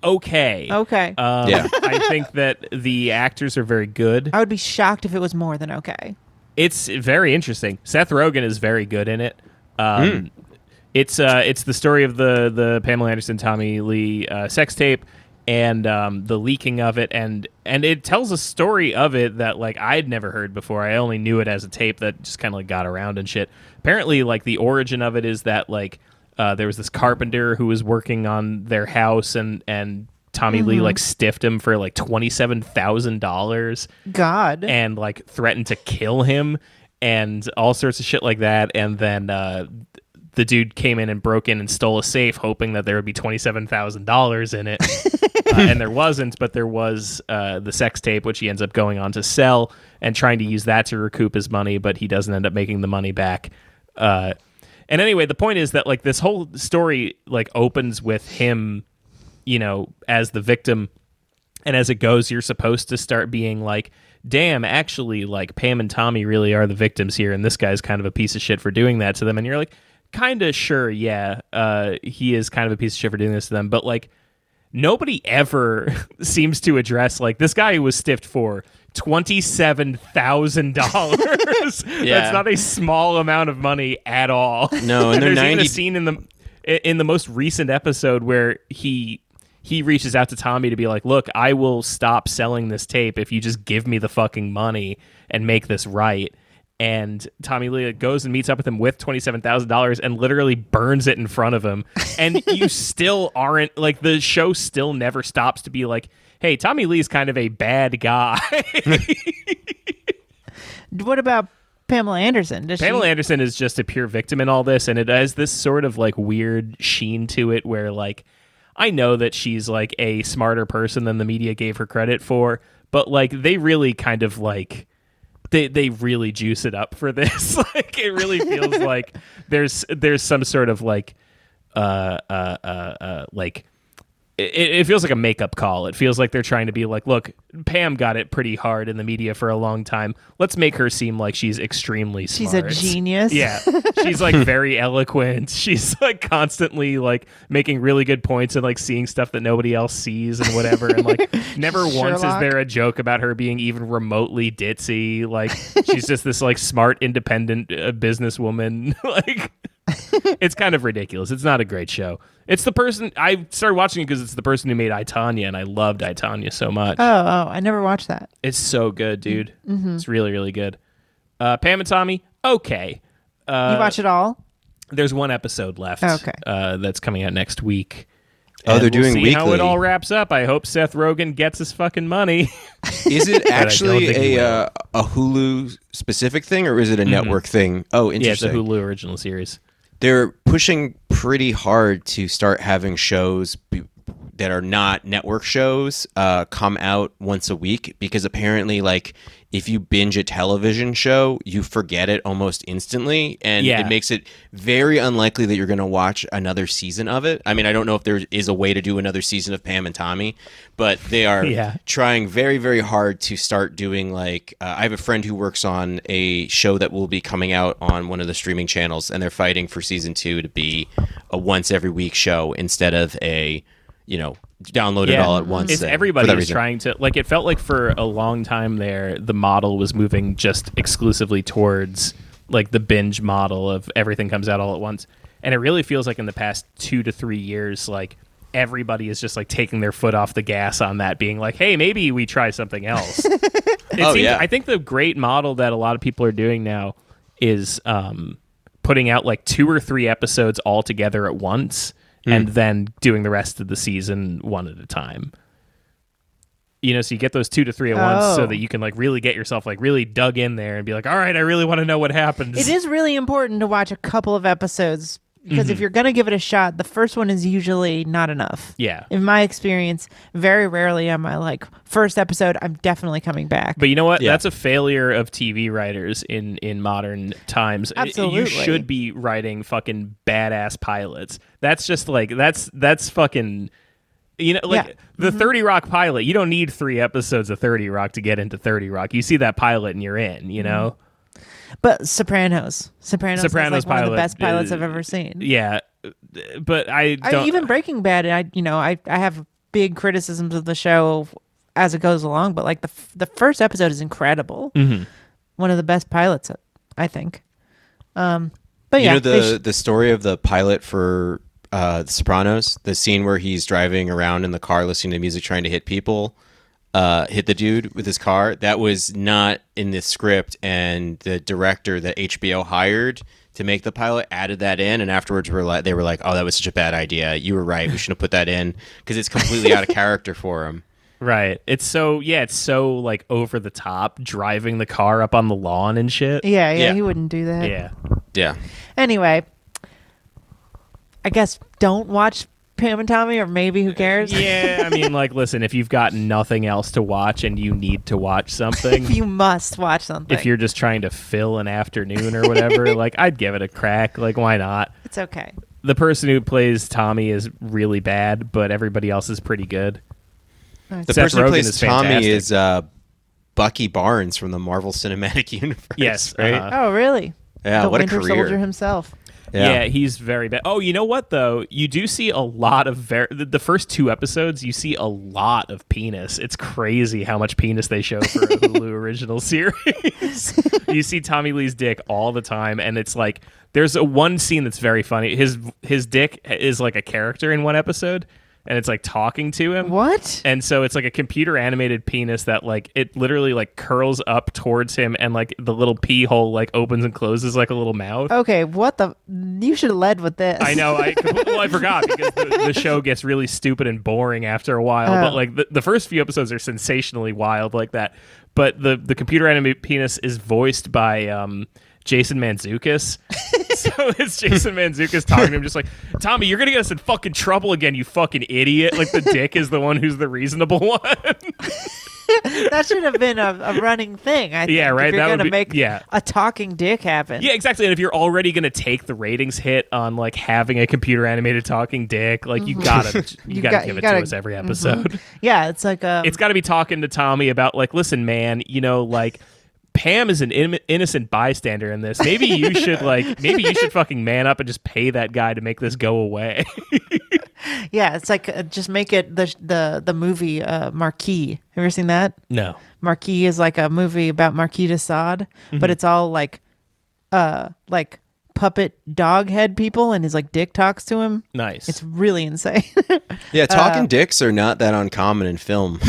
D: Okay.
C: Okay.
D: Um,
E: Yeah.
D: I think that the actors are very good.
C: I would be shocked if it was more than okay.
D: It's very interesting. Seth Rogen is very good in it. Um, It's uh, it's the story of the the Pamela Anderson Tommy Lee uh, sex tape and um, the leaking of it and and it tells a story of it that like I'd never heard before. I only knew it as a tape that just kind of like got around and shit. Apparently, like the origin of it is that like uh, there was this carpenter who was working on their house and and. Tommy Lee like stiffed him for like twenty seven thousand dollars,
C: God.
D: and like threatened to kill him and all sorts of shit like that and then uh the dude came in and broke in and stole a safe hoping that there would be $27,000 in it Uh, and there wasn't but there was uh the sex tape which he ends up going on to sell and trying to use that to recoup his money but he doesn't end up making the money back uh and anyway the point is that like this whole story like opens with him you know as the victim and as it goes you're supposed to start being like damn actually like pam and tommy really are the victims here and this guy's kind of a piece of shit for doing that to them and you're like kinda sure yeah uh, he is kind of a piece of shit for doing this to them but like nobody ever seems to address like this guy who was stiffed for $27000
E: Yeah.
D: that's not a small amount of money at all
E: No, and they're
D: there's even a
E: 90
D: scene in the in the most recent episode where he he reaches out to Tommy to be like, "Look, I will stop selling this tape if you just give me the fucking money and make this right." And Tommy Lee goes and meets up with him with twenty seven thousand dollars and literally burns it in front of him. And you still aren't like the show still never stops to be like, "Hey, Tommy Lee's kind of a bad guy."
C: what about Pamela Anderson? Does
D: Pamela
C: she,
D: Anderson is just a pure victim in all this, and it has this sort of like weird sheen to it where like I know that she's like a smarter person than the media gave her credit for, but like they really kind of like they they really juice it up for this. like it really feels like there's there's some sort of like uh uh uh, uh like it, it feels like a makeup call. It feels like they're trying to be like, look, Pam got it pretty hard in the media for a long time. Let's make her seem like she's extremely
C: She's
D: smart.
C: a genius.
D: Yeah. She's like very eloquent. She's like constantly like making really good points and like seeing stuff that nobody else sees and whatever. And like never once is
C: Sherlock.
D: there a joke about her being even remotely ditzy. Like she's just this like smart, independent uh, businesswoman. like it's kind of ridiculous. It's not a great show. It's the person I started watching it because it's the person who made I Tanya, and I loved I Tanya so much.
C: Oh, oh, I never watched that.
D: It's so good, dude. It's really, really good. Uh, Pam and Tommy, okay. Uh,
C: you watch it all?
D: There's one episode left.
C: Okay.
D: uh, that's coming out next week.
E: Oh, they're
D: And we'll
E: doing
D: see How it
E: weekly.
D: all wraps up. I hope Seth Rogen gets his fucking money.
E: Is it actually
D: think he
E: a
D: will. Mm-hmm.
E: uh, a Hulu specific thing or is it a network thing? Oh,
D: yeah, it's a
E: interesting.
D: Hulu original series.
E: They're pushing pretty hard to start having shows be- that are not network shows uh, come out once a week because apparently, like, if you binge a television show, you forget it almost instantly, and
D: Yeah.
E: it makes it very unlikely that you're going to watch another season of it. I mean, I don't know if there is a way to do another season of Pam and Tommy, but they are
D: Yeah.
E: trying very very hard to start doing like uh, i have a friend who works on a show that will be coming out on one of the streaming channels and they're fighting for season two to be a once every week show instead of a you know download it all at once
D: It's
E: thing,
D: everybody
E: for that
D: was
E: reason.
D: trying to like. It felt like for a long time there, the model was moving just exclusively towards like the binge model of everything comes out all at once. And it really feels like in the past two to three years, like everybody is just like taking their foot off the gas on that, being like, "Hey, maybe we try something else." it
E: Oh,
D: seems,
E: yeah.
D: I think the great model that a lot of people are doing now is um, putting out like two or three episodes all together at once.
C: Hmm.
D: And then doing the rest of the season one at a time you know, so you get those two to three at once
C: Oh.
D: so that you can like really get yourself like really dug in there and be like, all right, I really want to know what happens.
C: It is really important to watch a couple of episodes because
D: Mm-hmm.
C: if you're going to give it a shot, the first one is usually not enough.
D: Yeah.
C: In my experience, very rarely am I like, first episode, I'm definitely coming back.
D: But you know what?
E: Yeah.
D: That's a failure of TV writers in in modern times. I- You
C: Absolutely.
D: should be writing fucking badass pilots. That's just like that's that's fucking You know, like
C: Yeah. Mm-hmm.
D: the 30 Rock pilot, you don't need three episodes of 30 Rock to get into 30 Rock. You see that pilot and you're in, you know?
C: But Sopranos, Sopranos,
D: Sopranos
C: is like one of the
D: pilot
C: best pilots
D: is-
C: I've ever seen.
D: Yeah. But I
C: Mm-hmm. I
D: don't.
C: even Breaking Bad, I you know I I have big criticisms of the show as it goes along, but like the f- the first episode is incredible.
D: Mm-hmm.
C: One of the best pilots, I think. Um, but Oh,
E: You
C: yeah,
E: know
C: they
E: the
C: sh-
E: the story of the pilot for uh, The Sopranos, the scene where he's driving around in the car listening to music trying to hit people, uh, hit the dude with his car. That was not in the script, and the director that HBO hired to make the pilot added that in. And afterwards, were like, they were like, "Oh, that was such a bad idea. You were right. We shouldn't have put that in because it's completely out of character for him."
D: Right. It's so, yeah, it's so like over the top, driving the car up on the lawn and shit.
C: yeah, yeah,
E: yeah.
C: he wouldn't do that.
D: Yeah.
E: Yeah,
C: Anyway, I guess don't watch Pam and Tommy, or maybe who cares?
D: Uh, Yeah, I mean, like, listen, if you've got nothing else to watch and you need to watch something,
C: you must watch something.
D: if you're just trying to fill an afternoon or whatever, like, I'd give it a crack. Like, why not?
C: it's okay.
D: The person who plays Tommy is really bad, but everybody else is pretty good.
E: the
D: Seth
E: person who
D: Rogen
E: plays
D: is
E: Tommy
D: fantastic.
E: is uh, Bucky Barnes from the Marvel Cinematic Universe.
D: Yes,
E: right.
D: uh-huh.
C: Oh, really?
E: Yeah,
C: the
E: what a
C: Winter
E: career.
C: Soldier himself.
D: Yeah. he's very bad. Oh, you know what though? You do see a lot of ver- the, the first two episodes. You see a lot of penis. It's crazy how much penis they show for a Hulu original series. you see Tommy Lee's dick all the time, and it's like there's a one scene that's very funny. His his dick is like a character in one episode, and it's like talking to him.
C: What?
D: And so it's like a computer animated penis that like it literally like curls up towards him and like the little pee hole like opens and closes like a little mouth.
C: Okay, what the? You should have led with this.
D: I know. I well, I forgot because the, the show gets really stupid and boring after a while. But
C: Oh.
D: like the, the first few episodes are sensationally wild like that. But the the computer anime penis is voiced by um, Jason Manzukis. so it's Jason Manzukis talking to him, just like Tommy, you're gonna get us in fucking trouble again, you fucking idiot. Like the dick is the one who's the reasonable one.
C: that should have been a, a running thing. I think,
D: Yeah, right,
C: If you're
D: that would
C: gonna
D: be-
C: make
D: yeah.
C: a talking dick happen.
D: Yeah, exactly. And if you're already going to take the ratings hit on like having a computer animated talking dick, like you gotta you, gotta
C: got-
D: give
C: Mm-hmm. you
D: it
C: gotta- mm-hmm.
D: to us every episode.
C: yeah. It's like um, a.
D: It's got to be talking to Tommy about like, listen, man, you know, like. Pam is an in- innocent bystander in this. Maybe you should like, maybe you should fucking man up and just pay that guy to make this go away.
C: yeah. It's like uh, just make it the the the movie uh, Marquis. Have you ever seen that?
D: No,
C: Marquis is like a movie about Marquis de Sade,
D: Mm-hmm.
C: but it's all like, uh, like puppet dog head people, and his like dick talks to him.
D: nice.
C: It's really insane.
E: Yeah,
C: Um,
E: talking dicks are not that uncommon in film.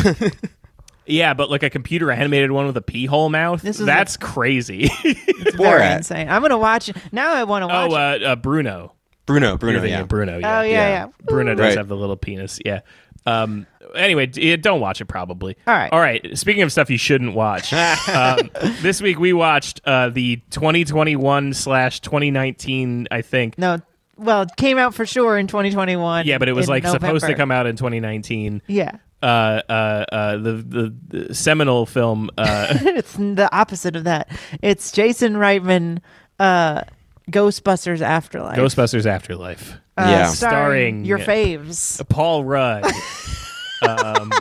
D: yeah, but like a computer animated one with a pee hole mouth.
C: This is
D: That's crazy.
C: Very
E: Borat.
C: insane. I'm gonna watch it now. I want to watch.
D: oh,
C: it.
D: uh, uh, Bruno.
E: Bruno,
D: You're
E: Bruno,
D: thinking
E: yeah.
D: Bruno.
C: oh yeah, yeah.
E: yeah.
D: Bruno does
E: Right.
D: have the little penis. Yeah. Um. Anyway, d- yeah, don't watch it. Probably.
C: All right.
D: All right. Speaking of stuff you shouldn't watch, um, this week we watched uh, the 2021 slash 2019. I think.
C: No, well, it came out for sure in 2021.
D: Yeah, but it was
C: in
D: like supposed to
C: November.
D: come out in 2019.
C: Yeah,
D: Uh, uh, uh, the, the the seminal film. Uh,
C: it's the opposite of that. It's Jason Reitman, uh, Ghostbusters Afterlife,
D: Ghostbusters Afterlife.
C: uh,
E: Yeah.
C: starring,
D: Starring-
C: your faves,
D: Paul Rudd. um,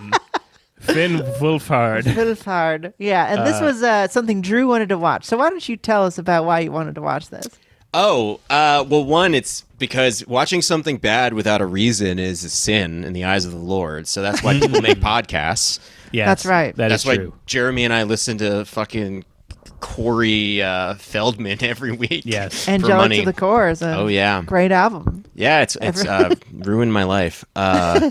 D: Finn Wolfhard.
C: Vilfard. Yeah, and this was uh, something Drew wanted to watch. So why don't you tell us about why you wanted to watch this?
E: Oh, uh, well, one, it's because watching something bad without a reason is a sin in the eyes of the Lord. So that's why people make podcasts.
D: Yeah,
C: That's right.
D: That is
E: that's why
D: true.
E: Jeremy and I listen to fucking Corey uh, Feldman every week.
D: Yes.
E: for
C: Angelic
E: money.
C: to the Core is a
E: Oh, yeah.
C: great album.
E: Yeah, it's it's uh, ruined my life. Uh,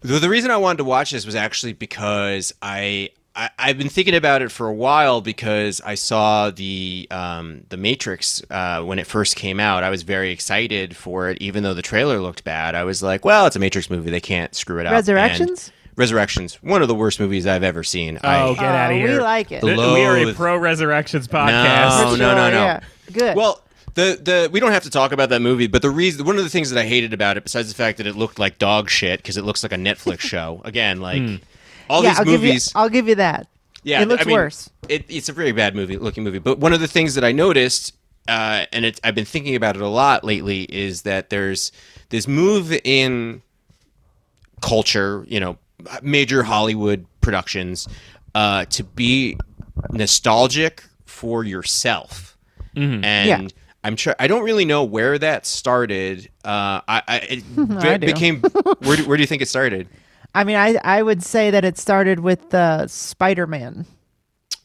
E: the, the reason I wanted to watch this was actually because I, I I've been thinking about it for a while because I saw the um, the Matrix uh, when it first came out. I was very excited for it, even though the trailer looked bad. I was like, well, it's a Matrix movie; they can't screw it up. And
C: Resurrections?
E: Resurrections, one of the worst movies I've ever seen.
D: Oh,
E: I,
D: get out
C: Oh,
D: of
C: we
D: here.
C: like it.
D: Th- We are a
E: Loathe.
D: pro resurrections podcast.
E: No,
C: For
E: Oh, no, no, no.
C: Good.
E: Well, the the we don't have to talk about that movie, but the reason one of the things that I hated about it, besides the fact that it looked like dog shit, because it looks like a Netflix show. Again, like all
C: Hmm. yeah,
E: these
C: I'll
E: movies.
C: give you. I'll give you that.
E: yeah,
C: it looks
E: I mean,
C: worse.
E: It, it's a very bad movie looking movie. But one of the things that I noticed, uh, and it's I've been thinking about it a lot lately, is that there's this move in culture, you know, major Hollywood productions, uh, to be nostalgic for yourself. And I'm sure I don't really know where that started. Uh, I, I it ve-
C: do.
E: became where do, where do you think it started?
C: I mean, I I would say that it started with the Spider-Man,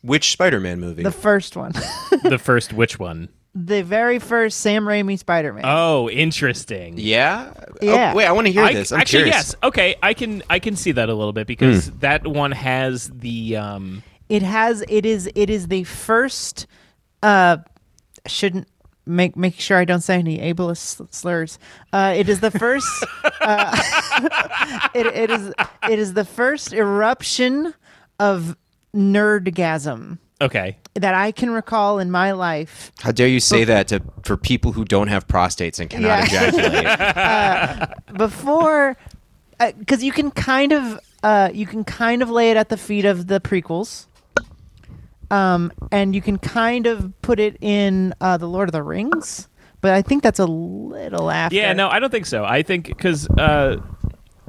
E: Which Spider-Man movie?
C: the first one,
D: the first which one?
C: the very first Sam Raimi Spider-Man.
D: Oh, interesting.
E: yeah.
C: Yeah.
E: Oh, wait, I want to hear
D: I-
E: this. I'm
D: actually,
E: curious. Hmm.
D: yes. Okay, I can I can see that a little bit because that one has the um
C: It has it is it is the first. Uh, shouldn't make make sure I don't say any ableist slurs. Uh, it is the first. uh, it, it is it is the first eruption of nerdgasm
D: okay.
C: that I can recall in my life.
E: How dare you say that to for people who don't have prostates and cannot ejaculate?
C: before because you can kind of uh, you can kind of lay it at the feet of the prequels um, and you can kind of put it in uh, the lord of the rings but i think that's a little after
D: Yeah, no, I don't think so. I think because uh,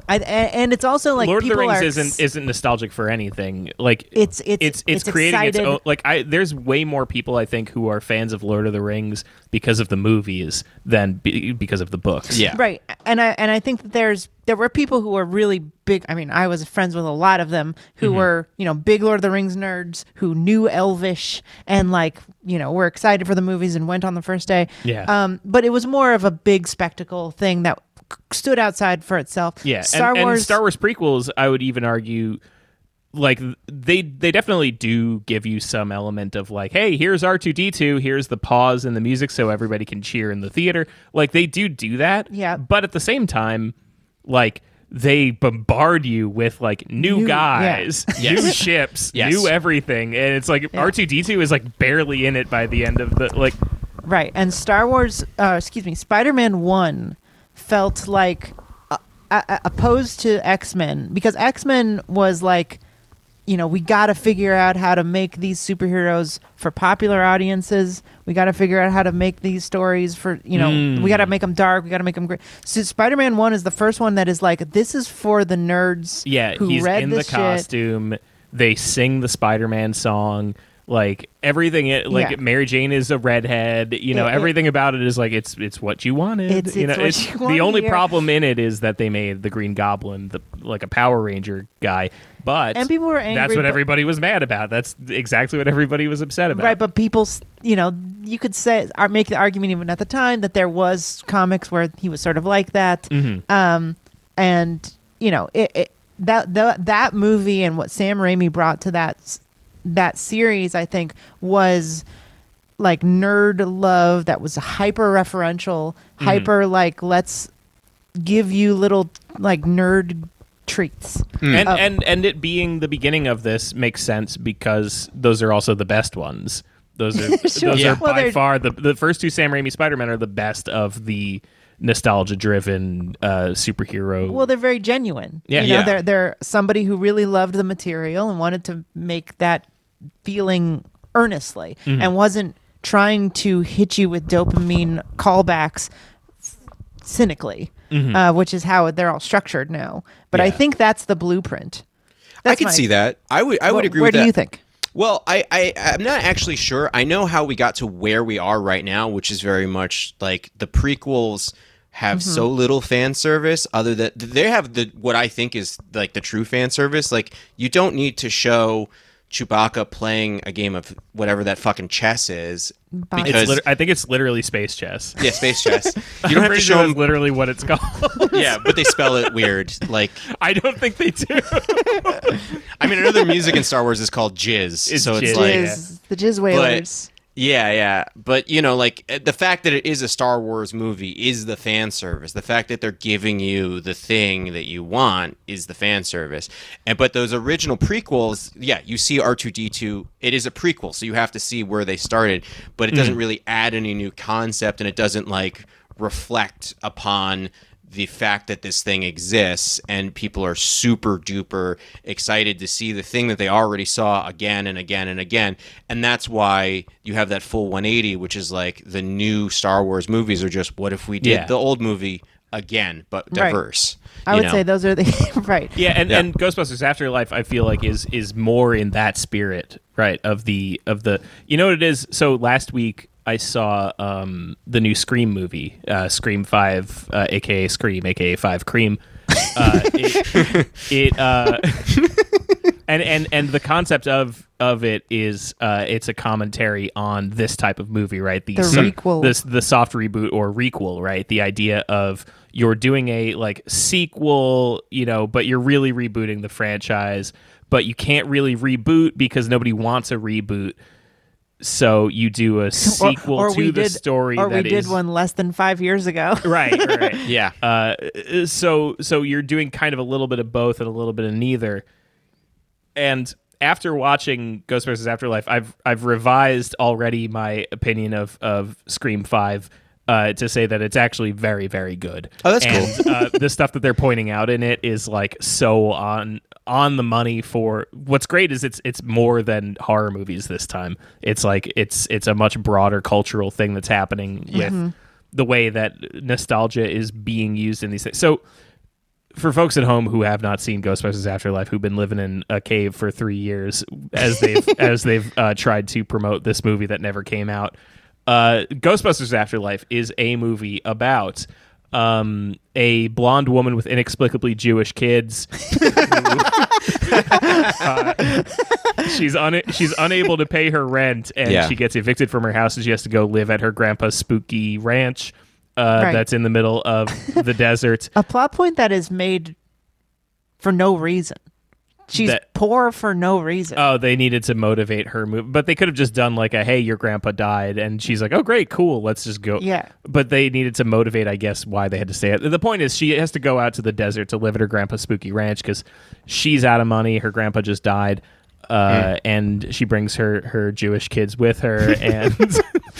C: I, a- and it's also like
D: Lord of the
C: people
D: Rings
C: are
D: isn't isn't nostalgic for anything. Like
C: It's- it's-
D: it's,
C: it's
D: creating
C: excited.
D: its own. Like I, there's way more people I think who are fans of Lord of the Rings because of the movies than be, because of the books.
E: yeah.
C: right and i and i think that there's there were people who were really big i mean i was friends with a lot of them
D: Mm-hmm.
C: who were you know big lord of the rings nerds who knew elvish and like you know were excited for the movies and went on the first day
D: Yeah.
C: um but it was more of a big spectacle thing that c- stood outside for itself
D: Yeah,
C: star
D: and,
C: wars
D: and Star Wars prequels, I would even argue, like th- they they definitely do give you some element of like, hey, here's R two D two, here's the pause in the music so everybody can cheer in the theater. Like they do do that.
C: Yeah.
D: but at the same time, like they bombard you with like new,
C: New-
D: guys, new
E: Yes.
D: ships,
E: Yes.
D: new everything, and it's like R two D two is like barely in it by the end of the like.
C: right and star wars uh, excuse me spider-man 1 felt like uh, uh, opposed to x-men because x-men was like you know, we got to figure out how to make these superheroes for popular audiences. We got to figure out how to make these stories for, you know,
D: Hmm.
C: we got to make them dark. We got to make them great. So Spider-Man 1 is the first one that is like, this is for the nerds
D: Yeah,
C: who
D: he's
C: read
D: in the
C: this shit.
D: costume. They sing the Spider-Man song. Like everything, it, like
C: Yeah.
D: Mary Jane is a redhead. You know,
C: It- it-
D: everything about it is like it's it's what you wanted.
C: It's-
D: you know,
C: it's what you wanted
D: the only
C: here.
D: problem in it is that they made the Green Goblin the like a Power Ranger guy. But
C: And people were
D: That's
C: angry,
D: what
C: but-
D: everybody was mad about. That's exactly what everybody was upset about.
C: Right, but people, s- you know, you could say ar- make the argument even at the time that there was comics where he was sort of like that, um, and you know, it, it that the, that movie and what Sam Raimi brought to that s- that series, I think, was like nerd love that was hyper referential, hyper like let's give you little like nerd treats.
E: Hmm.
D: and and and it being the beginning of this makes sense because those are also the best ones. Those are
C: Sure.
D: those
C: Yeah.
D: are
C: Well,
D: by
C: they're-
D: far the the first two Sam Raimi Spider Men are the best of the nostalgia driven uh, superhero.
C: Well, they're very genuine.
D: Yeah.
C: you know,
E: Yeah.
C: they're they're somebody who really loved the material and wanted to make that feeling earnestly
D: Mm-hmm.
C: and wasn't trying to hit you with dopamine callbacks cynically, uh, which is how they're all structured now. But I
D: Mm-hmm. Yeah.
C: think that's the blueprint.
E: I
C: That's
E: could
C: my-
E: see that. I would. I would agree.
C: Where
E: with
C: do
E: that.
C: you think?
E: Well, I, I I'm not actually sure. I know how we got to where we are right now, which is very much like the prequels have
C: Mm-hmm.
E: so little fan service other than they have the what I think is like the true fan service. Like you don't need to show Chewbacca playing a game of whatever that fucking chess is.
C: Bocce.
D: it's
E: Because
D: lit- I think it's literally space chess.
E: yeah, space chess. You don't have to
D: Pretty
E: show
D: sure that's
E: him.
D: literally what it's called.
E: Yeah, but they spell it weird. Like
D: I don't think they do.
E: I mean, I know the music in Star Wars is called jizz,
D: It's
E: so
D: jizz.
E: it's like
C: Jizz- the jizz whalers.
E: Yeah, yeah. But, you know, like eh, the fact that it is a Star Wars movie is the fan service. The fact that they're giving you the thing that you want is the fan service. And but those original prequels, yeah, you see R2D2, it is a prequel, so you have to see where they started, but it
D: Mm.
E: doesn't really add any new concept and it doesn't like reflect upon the fact that this thing exists and people are super duper excited to see the thing that they already saw again and again and again and that's why you have that full 180 which is like the new star wars movies are just what if we did
D: Yeah.
E: the old movie again, but
C: Right.
E: diverse.
C: I
E: you
C: would
E: know?
C: say those are the right.
D: Yeah, and,
E: Yeah.
D: and Ghostbusters Afterlife, I feel like is is more in that spirit, right? Of the of the you know what it is. So last week I saw um, the new Scream movie, uh, Scream Five, uh, aka Scream, aka Five Cream. Uh, it it uh, and and and the concept of of it is uh, it's a commentary on this type of movie, right?
C: The
D: so-
C: requel.
D: this the soft reboot or requel, right? The idea of you're doing a like sequel, you know, but you're really rebooting the franchise, but you can't really reboot because nobody wants a reboot. So you do a sequel to the story
C: or
D: that
C: we did
D: is-
C: one less than five years ago.
D: right, right.
E: yeah.
D: Uh, so so you're doing kind of a little bit of both and a little bit of neither. And after watching Ghostbusters Afterlife, I've I've revised already my opinion of of Scream Five. Uh, to say that it's actually very, very good.
E: Oh, that's
D: and, cool. uh, the stuff that they're pointing out in it is like so on on the money for. What's great is it's it's more than horror movies this time. It's like it's it's a much broader cultural thing that's happening with
E: Mm-hmm.
D: the way that nostalgia is being used in these things. So for folks at home who have not seen Ghostbusters Afterlife, who've been living in a cave for three years as they've as they've uh, tried to promote this movie that never came out, uh, Ghostbusters Afterlife is a movie about um, a blonde woman with inexplicably Jewish kids. who, uh, she's un- she's unable to pay her rent, and
E: Yeah.
D: she gets evicted from her house, and she has to go live at her grandpa's spooky ranch. Uh,
C: Right.
D: That's in the middle of the desert.
C: A plot point that is made for no reason. She's
D: That-
C: poor for no reason.
D: Oh, they needed to motivate her move, but they could have just done like a "Hey, your grandpa died," and she's like, "Oh, great, cool, let's just go."
C: Yeah.
D: But they needed to motivate, I guess, why they had to stay. Out. The point is, she has to go out to the desert to live at her grandpa's spooky ranch because she's out of money. Her grandpa just died, uh, and she brings her her Jewish kids with her, and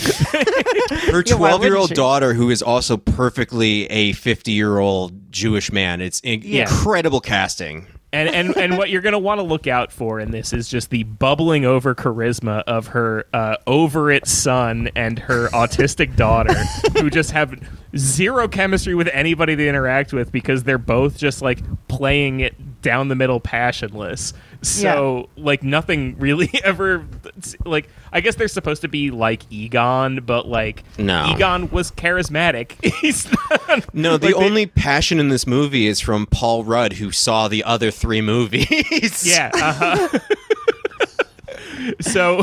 E: Her
C: Yeah, why wouldn't
E: 12 year old
C: she?
E: daughter, who is also perfectly a 50 year old Jewish man. It's in- incredible casting.
D: and and and what you're gonna want to look out for in this is just the bubbling over charisma of her uh, over it son and her autistic daughter, who just have zero chemistry with anybody they interact with because they're both just like playing it down the middle, passionless. So like nothing really ever like I guess they're supposed to be like Egon, but like
E: No.
D: Egon was charismatic. He's not,
E: No, the
D: like, they-
E: only passion in this movie is from Paul Rudd, who saw the other three movies.
D: Yeah. Uh-huh. so,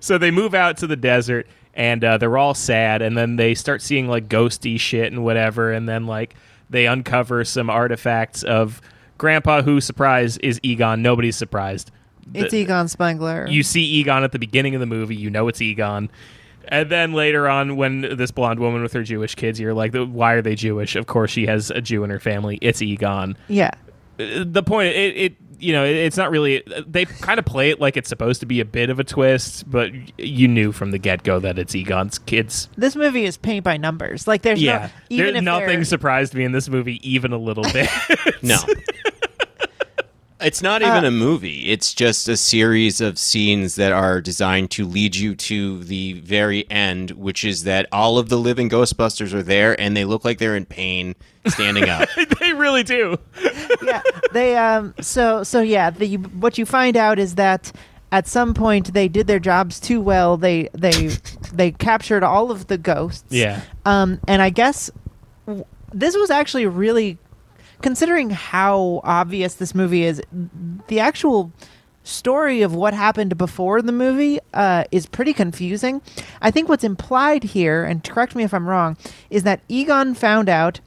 D: so they move out to the desert, and uh, they're all sad, and then they start seeing like ghosty shit and whatever, and then like they uncover some artifacts of Grandpa, who surprise is Egon. Nobody's surprised.
C: it's
D: The-
C: Egon Spengler.
D: you see Egon at the beginning of the movie, you know it's Egon. And then later on, when this blonde woman with her Jewish kids, you're like, why are they Jewish? Of course, she has a Jew in her family. It's Egon
C: yeah.
D: the point it, it you know it's not really they kind of play it like it's supposed to be a bit of a twist but you knew from the get-go that it's egon's kids
C: This movie is paint by numbers. Like there's
D: yeah
C: no even
D: There-
C: if
D: nothing
C: they're-
D: surprised me in this movie even a little bit
E: No. It's not even a movie. It's just a series of scenes that are designed to lead you to the very end, which is that all of the living Ghostbusters are there and they look like they're in pain standing up.
D: they really do
C: yeah they um so so yeah the what you find out is that at some point they did their jobs too well they they they captured all of the ghosts
D: Yeah.
C: um and i guess w- this was actually really considering how obvious this movie is the actual story of what happened before the movie uh, is pretty confusing i think what's implied here and correct me if i'm wrong is that egon found out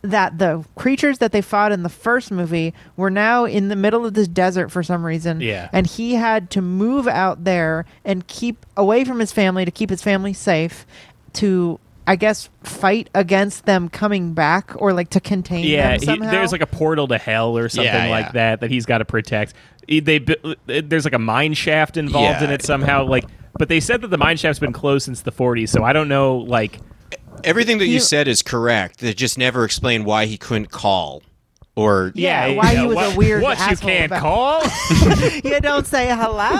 C: that the creatures that they fought in the first movie were now in the middle of this desert for some reason.
D: Yeah.
C: And he had to move out there and keep away from his family to keep his family safe to I guess fight against them coming back or like to contain
D: yeah
C: them
D: he-
C: somehow.
D: there's like a portal to hell or something
E: Yeah,
D: like
E: yeah.
D: that that he's got to protect He- they bu- there's like a mine shaft involved
E: Yeah.
D: in it somehow like but they said that the mine shaft's been closed since the 40s so i don't know like
E: Everything that you
C: You-
E: said is correct. They just never explained why he couldn't call. or
C: Yeah, why you was a
D: wha-
C: weird
D: What you
C: asshole
D: can't
C: about-
D: call?
C: you don't say hello.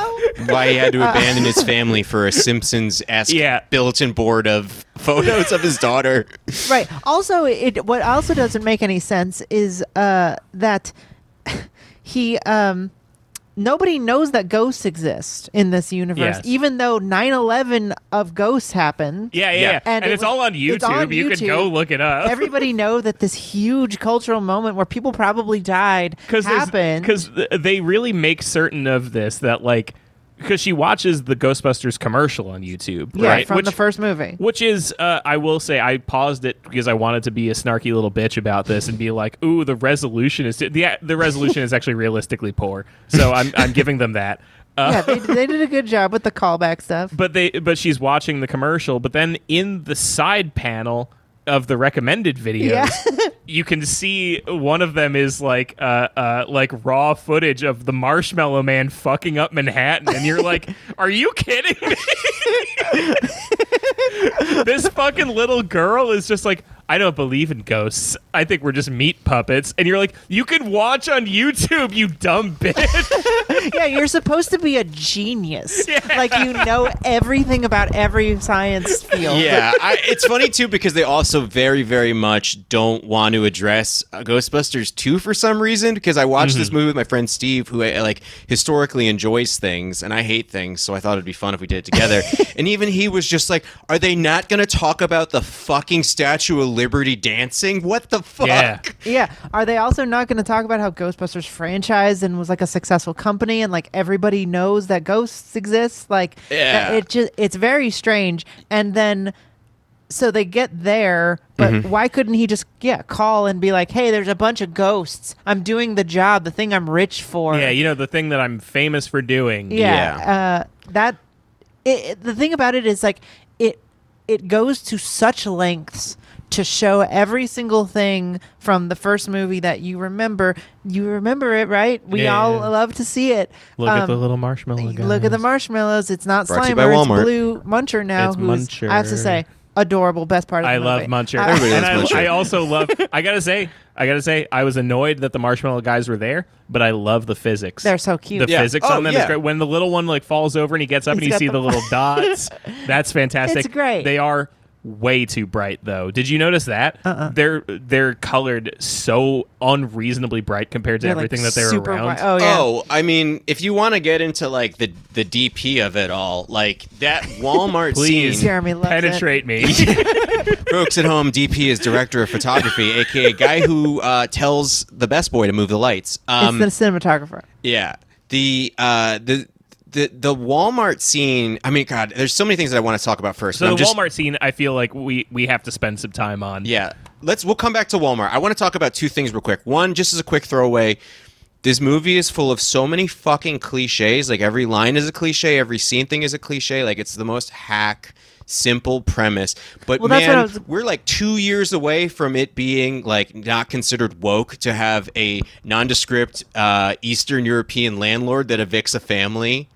E: why he had to abandon his family for a Simpsons esque
D: Yeah.
E: bulletin board of photos of his daughter.
C: right. Also, it what also doesn't make any sense is uh, that he um, nobody knows that ghosts exist in this universe,
D: Yes.
C: even though 9-11 of ghosts happened.
D: Yeah, yeah, yeah. And,
C: it
D: it's
C: was-
D: all on YouTube.
C: it's on
D: you can go
C: YouTube.
D: look it up.
C: Everybody know that this huge cultural moment where people probably died
D: there's-
C: happened.
D: 'cause th- they really make certain of this that like because she watches the Ghostbusters commercial on YouTube,
C: yeah,
D: right?
C: from
D: which,
C: the first movie.
D: which is, uh, I will say, I paused it because I wanted to be a snarky little bitch about this and be like, "Ooh, the resolution is the the resolution is actually realistically poor." So I'm I'm giving them that. Uh,
C: yeah, they, they did a good job with the callback stuff.
D: but they but she's watching the commercial but then in the side panel of the recommended videos you can see one of them is like uh uh like raw footage of the marshmallow man fucking up manhattan and you're like are you kidding me this fucking little girl is just like I don't believe in ghosts. I think we're just meat puppets. And you're like, you can watch on YouTube, you dumb bitch.
C: yeah, you're supposed to be a genius. Like you know everything about every science field.
E: Yeah, I, it's funny too because they also very, very much don't want to address uh, Ghostbusters two for some reason. Because I watched
D: Mm-hmm.
E: this movie with my friend Steve, who uh, like historically enjoys things, and I hate things, so I thought it'd be fun if we did it together. and even he was just like, "Are they not going to talk about the fucking Statue of Liberty dancing? What the fuck?"
D: Yeah.
C: Yeah. Are they also not going to talk about how Ghostbusters franchised and was like a successful company and like everybody knows that ghosts exist? Like
E: Yeah.
C: it just it's very strange. And then so they get there, but why couldn't he just yeah, call and be like, "Hey, there's a bunch of ghosts. I'm doing the job, the thing I'm rich for."
D: yeah, you know, the thing that I'm famous for doing.
C: yeah,
E: Yeah.
C: Uh, that it, it- the thing about it is like it it goes to such lengths to show every single thing from the first movie that you remember you remember it right we
D: Yeah.
C: all love to see it
D: Look at
C: Um,
D: the little marshmallow guy.
C: look at the marshmallows it's not
E: Brought to you by
C: slimer
E: Walmart.
C: it's blue muncher now
D: It's
C: who's
D: Muncher.
C: i have to say adorable best part of
D: I
C: the
D: love
C: movie.
D: Muncher.
C: I-
E: Everybody
D: and
E: loves Muncher.
D: I, I also love. I gotta say, I gotta say, I was annoyed that the marshmallow guys were there, but I love the physics.
C: They're so cute.
D: The
E: Yeah.
D: physics
E: Oh,
D: on them
E: yeah.
D: is great. When the little one like falls over and he gets up
C: He's
D: and you
C: got
D: see
C: the-
D: the, little dots, that's fantastic.
C: It's great.
D: They are way too bright though. Did you notice that? Uh-uh. They're they're colored so unreasonably bright compared to
C: They're, like,
D: everything that they're
C: super
D: around.
C: wi- oh yeah
E: Oh, I mean, if you want to get into like the the DP of it all, like that Walmart
D: Please
E: scene,
C: Jeremy loves it.
D: penetrate me.
E: folks at home, DP is director of photography, aka guy who uh, tells the best boy to move the lights. Um,
C: it's the cinematographer
E: yeah, the uh, the. The, the Walmart scene. I mean, God, there's so many things that I want to talk about first.
D: so
E: and
D: the
E: I'm just-
D: Walmart scene, I feel like we we have to spend some time on.
E: yeah. Let's we'll come back to Walmart. I want to talk about two things real quick. One, just as a quick throwaway, this movie is full of so many fucking cliches. Like every line is a cliche, every scene thing is a cliche. Like it's the most hack simple premise. But
C: Well, that's what
E: man,
C: I was-
E: we're like 2 years away from it being like not considered woke to have a nondescript uh, Eastern European landlord that evicts a family.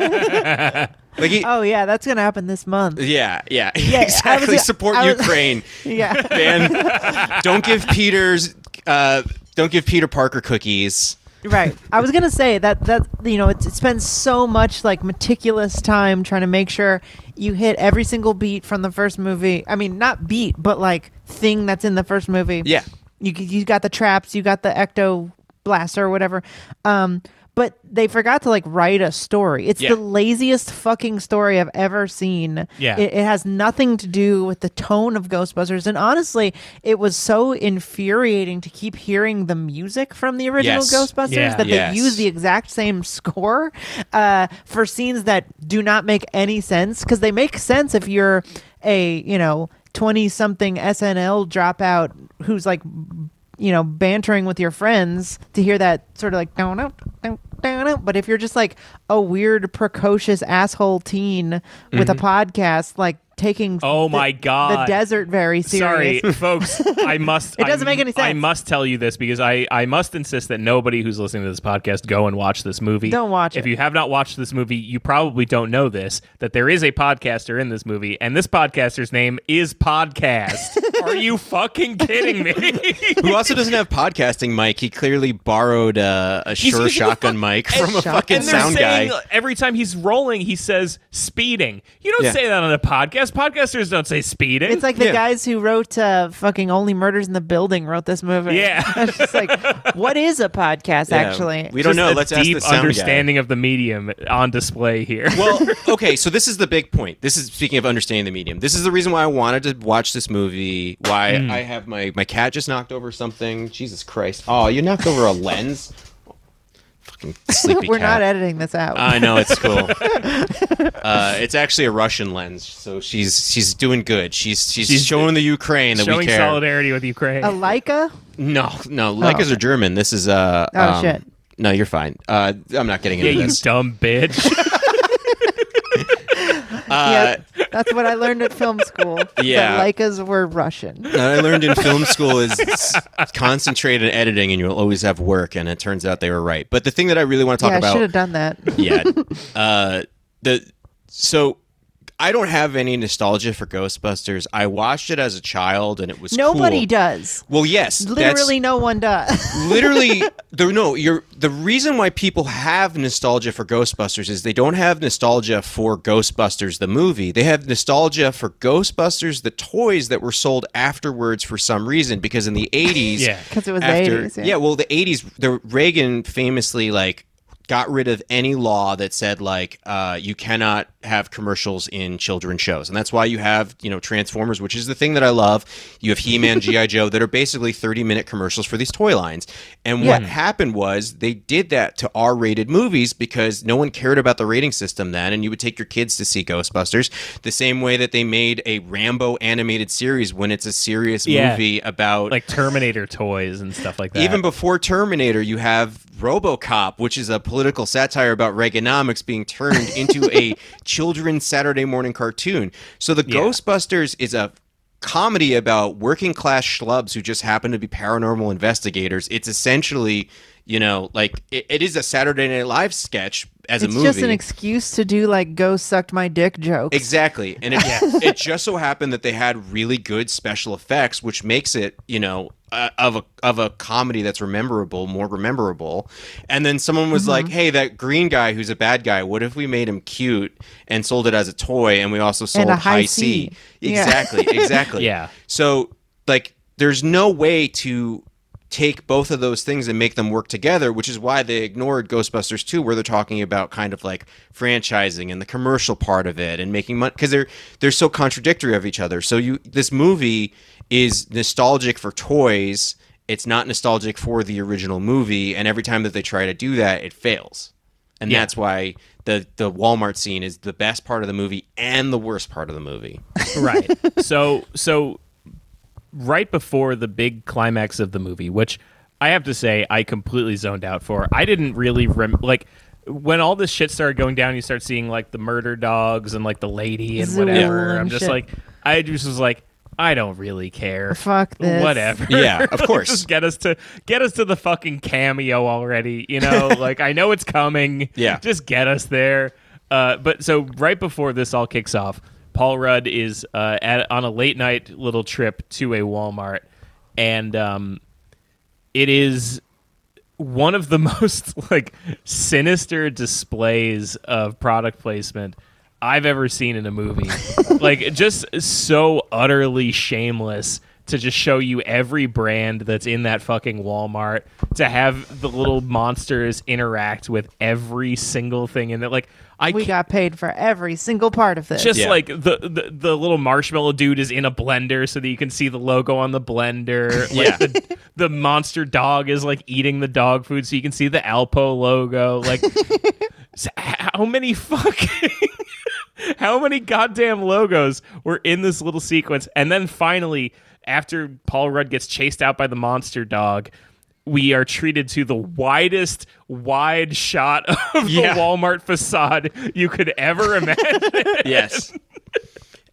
E: like he,
C: oh yeah that's gonna happen this month
E: yeah, yeah,
C: I was-
E: exactly. Support
C: I was-
E: Ukraine
C: yeah
E: man. don't give Peter's. Uh, don't give Peter Parker cookies.
C: Right. I was gonna say that that you know it, it spends so much like meticulous time trying to make sure you hit every single beat from the first movie. I mean, not beat, but like thing that's in the first movie.
E: Yeah.
C: You you got the traps, you got the ecto blaster or whatever. Um, but they forgot to like write a story. It's
E: Yeah.
C: the laziest fucking story I've ever seen.
D: Yeah.
C: It, it has nothing to do with the tone of Ghostbusters. And honestly, it was so infuriating to keep hearing the music from the original
E: Yes.
C: Ghostbusters
D: Yeah.
C: that
E: Yes.
C: they use the exact same score uh, for scenes that do not make any sense because they make sense if you're a you know 20 something SNL dropout who's like you know bantering with your friends to hear that sort of like down out down out but if you're just like a weird precocious asshole teen with a podcast like taking
D: Oh my God.
C: the desert very
D: Sorry,
C: serious.
D: folks. I must.
C: It doesn't
D: I-
C: make any sense.
D: I must tell you this because I, I must insist that nobody who's listening to this podcast go and watch this movie.
C: Don't watch
D: If
C: it.
D: you have not watched this movie, you probably don't know this that there is a podcaster in this movie, and this podcaster's name is Podcast. Are you fucking kidding me?
E: Who also doesn't have podcasting mic. He clearly borrowed uh, a
D: using
E: Shure
D: the
E: shotgun
D: fuck-
E: mic from a
C: shotgun.
E: fucking
D: and they're
E: sound
D: saying
E: guy.
D: every time he's rolling, he says speeding. You don't
E: Yeah.
D: say that on a podcast. Podcasters don't say speeding.
C: It's like the
E: Yeah.
C: guys who wrote uh, fucking Only Murders in the Building wrote this movie.
D: Yeah.
C: it's just like, what is a podcast
E: Yeah.
C: actually?
E: we don't
D: Just
E: know.
D: a
E: Let's ask
D: deep
E: the sound guy.
D: understanding of the medium on display here.
E: well, okay, so this is the big point. This is speaking of understanding the medium. This is the reason why I wanted to watch this movie. Why I have my my cat just knocked over something. Jesus Christ! Oh, you knocked over a lens. Fucking sleepy
C: We're
E: cat.
C: not editing this out.
E: I know it's cool. uh, it's actually a Russian lens, so she's she's doing good. She's she's,
D: She's-
E: showing the Ukraine that we
D: Showing
E: care.
D: solidarity with Ukraine.
C: a Leica?
E: No, no, Leicas are German. This is uh.
C: Oh,
E: um,
C: shit.
E: No, you're fine. Uh, I'm not getting
D: yeah,
E: into
D: you
E: this.
D: dumb bitch.
E: Uh,
C: yeah, that's what I learned at film school. that
E: Yeah.
C: Leicas were Russian.
E: that I learned in film school is s- concentrate on editing, and you'll always have work. And it turns out they were right. But the thing that I really want to talk
C: yeah, I should
E: about,
C: have done that.
E: yeah, uh, the so I don't have any nostalgia for Ghostbusters. I watched it as a child, and it was
C: Nobody
E: cool.
C: does.
E: Well, yes, that's-
C: Literally, no one does.
E: literally the no you're the reason why people have nostalgia for ghostbusters is they don't have nostalgia for ghostbusters the movie they have nostalgia for ghostbusters the toys that were sold afterwards for some reason because in the 80s
D: Yeah.
C: 'Cause it was the 80s, yeah.
E: yeah well the 80s the reagan famously like got rid of any law that said like uh, you cannot have commercials in children's shows and that's why you have you know transformers which is the thing that i love you have he-man gi joe that are basically 30 minute commercials for these toy lines and what happened was they did that to r-rated movies because no one cared about the rating system then and you would take your kids to see ghostbusters the same way that they made a rambo animated series when it's a serious
D: Yeah.
E: movie about
D: like Terminator toys and stuff like that.
E: even before Terminator, you have RoboCop, which is a political satire about Reaganomics being turned into a children's Saturday morning cartoon. So the Ghostbusters is a comedy about working class schlubs who just happen to be paranormal investigators. It's essentially, you know, like it, it is a Saturday Night Live sketch as a
C: it's
E: movie.
C: just an excuse to do like "ghost sucked my dick" jokes.
E: Exactly. And it, it just so happened that they had really good special effects, which makes it, you know, uh, of a of a comedy that's memorable, more memorable. And then someone was like,
C: Mm-hmm.
E: "Hey, that green guy who's a bad guy. What if we made him cute and sold it as a toy, and we also sold
C: a high
E: high
C: C.
E: C?
C: Yeah.
E: Exactly, exactly.
D: Yeah.
E: So like, there's no way to take both of those things and make them work together, which is why they ignored Ghostbusters 2, where they're talking about kind of like franchising and the commercial part of it and making money because they're they're so contradictory of each other. So you this movie is nostalgic for toys. It's not nostalgic for the original movie, and every time that they try to do that, it fails. And
D: Yeah.
E: that's why the the Walmart scene is the best part of the movie and the worst part of the movie.
D: right. So so right before the big climax of the movie, which I have to say I completely zoned out for. I didn't really rem- like when all this shit started going down. You start seeing like the murder dogs and like the lady and
C: Zool
D: whatever.
C: and
D: I'm just
C: shit.
D: like I just was like I don't really care.
C: Fuck this.
D: Whatever.
E: Yeah, of
D: Like,
E: course.
D: just get us to get us to the fucking cameo already. You know, like I know it's coming.
E: Yeah.
D: just get us there. Uh, but so right before this all kicks off, Paul Rudd is uh, at, on a late night little trip to a Walmart, and um, it is one of the most like sinister displays of product placement I've ever seen in a movie. like just so utterly shameless to just show you every brand that's in that fucking Walmart to have the little monsters interact with every single thing in it. Like I
C: We
D: can't-
C: got paid for every single part of this.
D: just
E: Yeah.
D: like the, the the little marshmallow dude is in a blender so that you can see the logo on the blender. Like
E: Yeah.
D: the, the monster dog is like eating the dog food so you can see the Alpo logo. Like s- how many fucking how many goddamn logos were in this little sequence? And then finally, after Paul Rudd gets chased out by the monster dog, we are treated to the widest wide shot of the
E: Yeah.
D: Walmart facade you could ever imagine.
E: yes.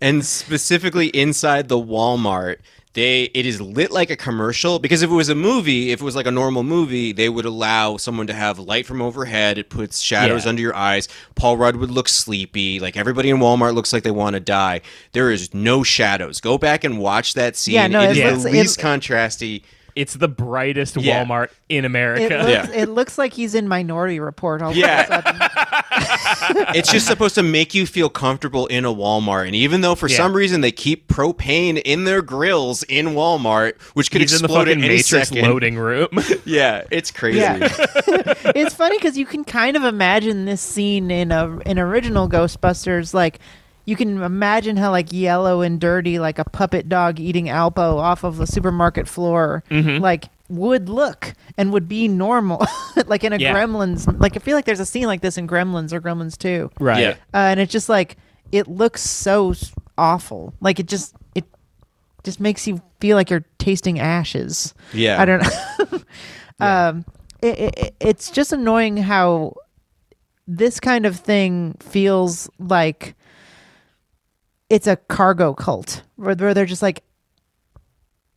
E: and specifically inside the Walmart, they it is lit like a commercial because if it was a movie, if it was like a normal movie, they would allow someone to have light from overhead. It puts shadows
D: Yeah.
E: under your eyes. Paul Rudd would look sleepy. Like everybody in Walmart looks like they want to die. There is no shadows. Go back and watch that scene.
C: Yeah, no,
E: it is
C: it looks-
E: the
C: it-
E: least contrasty.
D: It's the brightest
E: Yeah.
D: Walmart in
C: It
D: America.
C: looks,
E: Yeah.
C: it looks like he's in Minority Report all
E: Yeah.
C: of a sudden.
E: it's just supposed to make you feel comfortable in a Walmart. And even though for
D: Yeah.
E: some reason they keep propane in their grills in Walmart, which could
D: He's in the
E: explode
D: fucking
E: at any
D: Matrix
E: second.
D: loading room.
E: Yeah, it's crazy.
C: Yeah. it's funny because you can kind of imagine this scene in a in original Ghostbusters. Like you can imagine how like yellow and dirty, like a puppet dog eating Alpo off of a supermarket floor, like would look and would be normal, like in a
D: Yeah.
C: Gremlins. Like I feel like there's a scene like this in Gremlins or Gremlins Two,
D: right.
E: Yeah.
C: uh, and it's just like it looks so s- awful. Like it just it just makes you feel like you're tasting ashes.
E: Yeah.
C: I don't know. um, it, it- it, it's just annoying how this kind of thing feels like it's a cargo cult where, where they're just like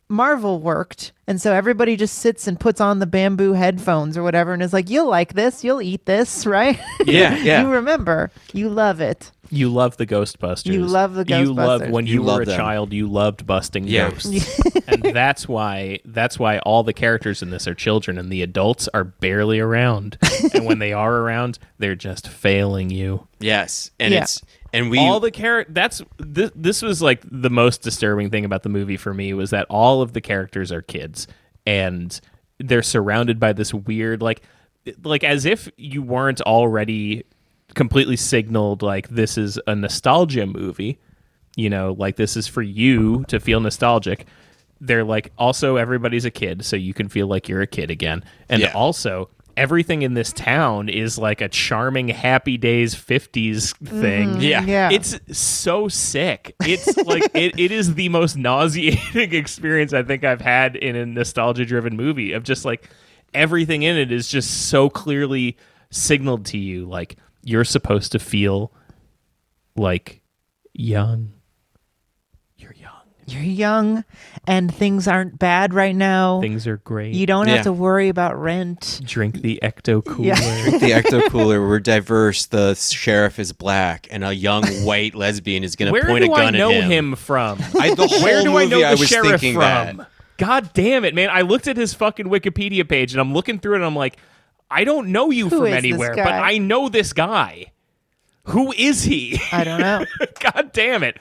C: Marvel worked, and so everybody just sits and puts on the bamboo headphones or whatever, and is like, "You'll like this. You'll eat this, right?
E: Yeah, yeah.
C: you remember. You love it."
D: You love the Ghostbusters.
C: You love the
D: You love
C: Ghostbusters.
D: when you,
E: You love
D: were a
E: them.
D: child. You loved busting
E: Yeah.
D: ghosts, and that's why that's why all the characters in this are children, and the adults are barely around. and when they are around, they're just failing you.
E: Yes. And
C: Yeah.
E: it's and we
D: all the character that's this, this was like the most disturbing thing about the movie for me was that all of the characters are kids and they're surrounded by this weird like like as if you weren't already completely signaled like this is a nostalgia movie you know like this is for you to feel nostalgic they're like also everybody's a kid so you can feel like you're a kid again and
E: Yeah.
D: also everything in this town is like a charming happy days 50s thing
E: Yeah.
C: Yeah.
D: it's so sick. It's like it, it is the most nauseating experience I think I've had in a nostalgia driven movie of just like everything in it is just so clearly signaled to you like you're supposed to feel like young. You're young.
C: You're young and things aren't bad right now.
D: Things are great.
C: you don't
E: Yeah.
C: have to worry about rent.
D: drink the ecto cooler.
E: the ecto cooler, we're diverse, the sheriff is black, and a young white lesbian is gonna
D: Where
E: point
D: do
E: a gun
D: I know
E: at
D: him,
E: him.
D: from?
E: I, the whole
D: Where do
E: movie
D: I know the
E: was
D: sheriff
E: thinking
D: from?
E: that.
D: God damn it, man. I looked at his fucking Wikipedia page and I'm looking through it and I'm like, I don't know you
C: Who
D: from
C: is this
D: anywhere,
C: guy?
D: but I know this guy. Who is he?
C: I don't know.
D: God damn it.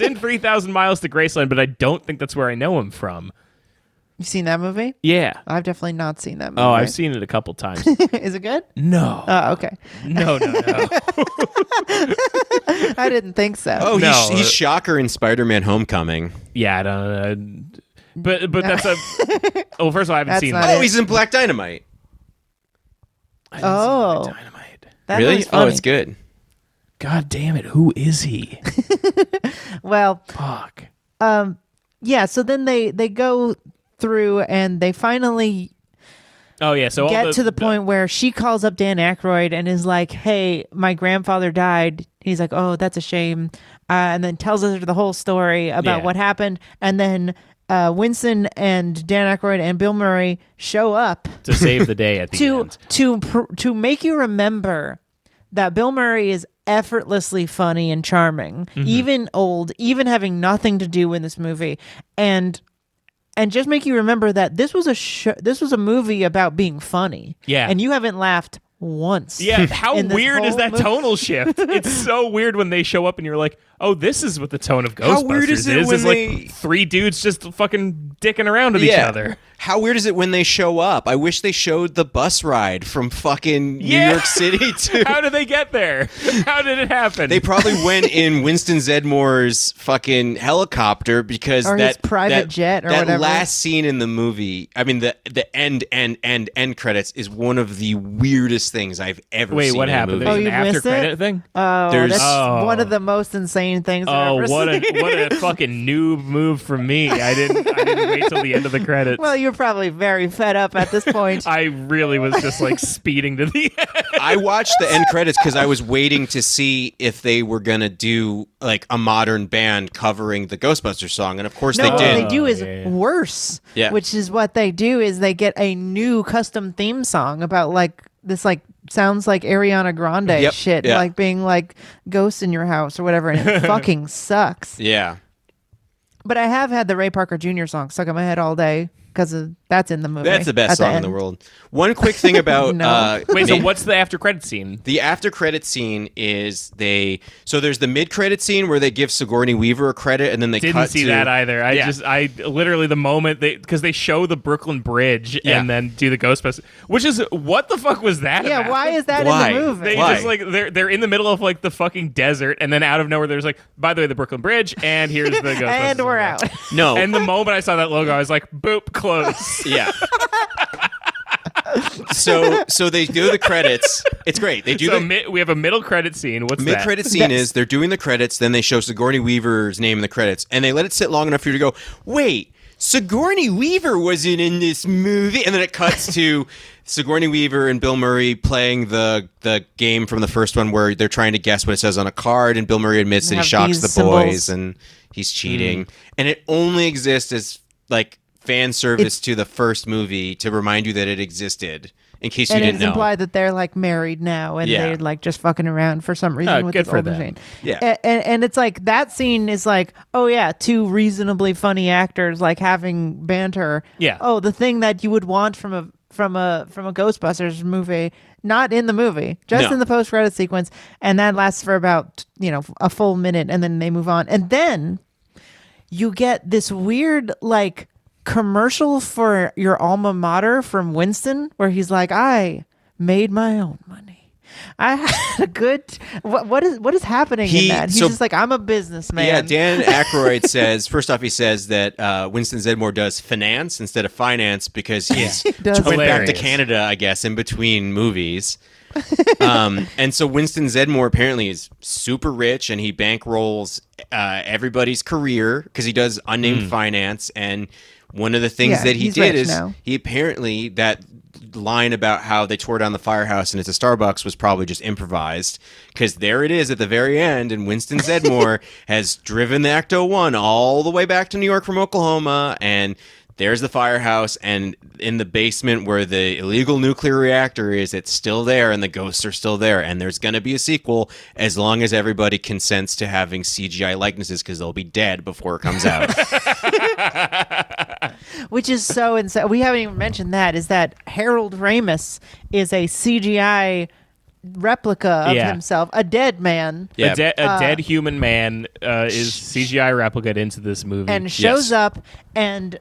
D: in 3,000 Miles to Graceland, but I don't think that's where I know him from.
C: You've seen that movie?
D: Yeah.
C: I've definitely not seen that movie.
D: Oh, I've seen it a couple times.
C: Is it good?
D: No.
C: Oh, okay.
D: no, no, no.
C: I didn't think so.
E: Oh,
D: No,
E: he's, he's
D: uh,
E: Shocker in Spider-Man: Homecoming.
D: Yeah, I don't know. But, but that's a. Well, first of all, I haven't
C: That's
D: seen
C: not
D: that.
E: Oh, he's in Black Dynamite.
C: Oh,
D: Dynamite.
C: that
E: really?
C: movie's
E: Oh,
C: funny.
E: it's good.
D: God damn it. Who is he?
C: Well,
D: Fuck.
C: yeah. So then they they go through and they finally
D: Oh, yeah. So all
C: get to the point where she calls up Dan Aykroyd and is like, "Hey, my grandfather died." He's like, "Oh, that's a shame," uh, and then tells her the whole story about
D: Yeah.
C: what happened. And then uh, Winston and Dan Aykroyd and Bill Murray show up
D: to save the day at the
C: to
D: end.
C: to pr- to make you remember that Bill Murray is effortlessly funny and charming,
D: Mm-hmm.
C: even old, even having nothing to do in this movie, and and just make you remember that this was a sh- this was a movie about being funny.
D: Yeah.
C: and you haven't laughed once.
D: Yeah, how
C: in this
D: weird is
C: whole
D: that
C: movie.
D: tonal shift? It's so weird when they show up and you're like, "Oh, this is what the tone of Ghostbusters
E: How weird is it
D: is."
E: when
D: It's
E: they-
D: like three dudes just fucking dicking around with each other.
E: How weird is it when they show up? I wish they showed the bus ride from fucking
D: Yeah.
E: New York City to.
D: How did they get there? How did it happen?
E: they probably went in Winston Zedmore's fucking helicopter because
C: Or
E: that
C: his private
E: that-
C: jet or
E: that
C: whatever.
E: last scene in the movie. I mean, the the end end end end credits is one of the weirdest things I've ever
D: Wait,
E: seen.
D: what
E: in a
D: happened?
E: movie.
D: There was
C: Oh,
D: an
C: you
D: after
C: missed it?
D: credit thing.
C: Oh,
E: There's-
C: that's
D: Oh.
C: one of the most insane things. I've
D: oh,
C: ever
D: what
C: seen.
D: a what a fucking noob move from me. I didn't I didn't wait till the end of the credits.
C: Well, you're probably very fed up at this point.
D: I really was just like speeding to the end.
E: I watched the end credits because I was waiting to see if they were gonna do like a modern band covering the Ghostbusters song, and of course
C: no,
E: they
C: what
E: did.
C: they do is
D: Oh, yeah.
C: worse.
E: Yeah.
C: Which is what they do is they get a new custom theme song about like this like sounds like Ariana Grande
E: Yep,
C: shit,
E: yeah.
C: like being like ghosts in your house or whatever, and it fucking sucks.
E: Yeah,
C: But I have had the Ray Parker Jr. song stuck in my head all day because that's in the movie.
E: that's the
C: at
E: best song in the
C: end.
E: world. One quick thing about
C: No.
E: uh,
D: Wait, so
E: ma-
D: what's the after credit scene?
E: The after credit scene is they so there's the mid credit scene where they give Sigourney Weaver a credit and then they
D: Didn't
E: cut
D: see
E: to-
D: that either. I
E: Yeah.
D: just, I literally the moment they because they show the Brooklyn Bridge
E: Yeah.
D: and then do the Ghostbusters, which is what the fuck was that?
C: Yeah,
D: about?
C: why is that
E: Why?
C: in the movie?
D: They
E: Why?
D: just like they're they're in the middle of like the fucking desert, and then out of nowhere, there's like, by the way, the Brooklyn Bridge, and here's the Ghostbusters
C: and we're
D: logo.
C: out.
E: No,
D: And the moment I saw that logo, I was like, boop, close.
E: yeah. so so they do the credits. It's great. They do
D: so
E: the
D: mi- we have a middle credit scene. What's
E: mid
D: that?
E: credit scene is they're doing the credits, then they show Sigourney Weaver's name in the credits, and they let it sit long enough for you to go, wait. Sigourney Weaver wasn't in this movie, and then it cuts to Sigourney Weaver and Bill Murray playing the the game from the first one where they're trying to guess what it says on a card, and Bill Murray admits that he
C: Have
E: shocks
C: these
E: the
C: symbols.
E: boys and he's
D: Hmm.
E: cheating, and it only exists as like fan service to the first movie to remind you that it existed in case you
C: and
E: didn't
C: it's
E: know.
C: implied that they're like married now and
E: Yeah.
C: they're like just fucking around for some reason
D: Oh,
C: with
D: good
C: this
D: for
C: old
D: them.
C: machine.
E: Yeah.
C: A- and, and it's like that scene is like, oh yeah, two reasonably funny actors like having banter.
D: Yeah.
C: Oh, the thing that you would want from a from a from a Ghostbusters movie, not in the movie, just
E: No.
C: in the post credit sequence, and that lasts for about you know a full minute, and then they move on, and then you get this weird like commercial for your alma mater from Winston where he's like, I made my own money. I had a good. What, what is what is happening
E: He-
C: in that? He's
E: so-
C: just like I'm a businessman.
E: Yeah, Dan Aykroyd says first off, he says that uh, Winston Zedmore does finance instead of finance because he's
C: does.
E: went back to
D: Hilarious.
E: Canada, I guess, in between movies. um, and so Winston Zedmore apparently is super rich, and he bankrolls uh, everybody's career because he does unnamed finance. And one of the things
C: Hmm. Yeah,
E: that he
C: he's
E: did
C: rich
E: is
C: now.
E: he apparently that line about how they tore down the firehouse and it's a Starbucks was probably just improvised because there it is at the very end and Winston Zedmore has driven the Ecto One all the way back to New York from Oklahoma and there's the firehouse and in the basement where the illegal nuclear reactor is it's still there and the ghosts are still there and there's going to be a sequel as long as everybody consents to having CGI likenesses because they'll be dead before it comes out.
C: which is so insane. We haven't even mentioned that is that Harold Ramis is a CGI replica of
D: Yeah.
C: himself, a dead man,
E: Yeah.
D: A, de- a dead human man uh, is CGI replicated into this movie.
C: and shows
E: Yes.
C: up, and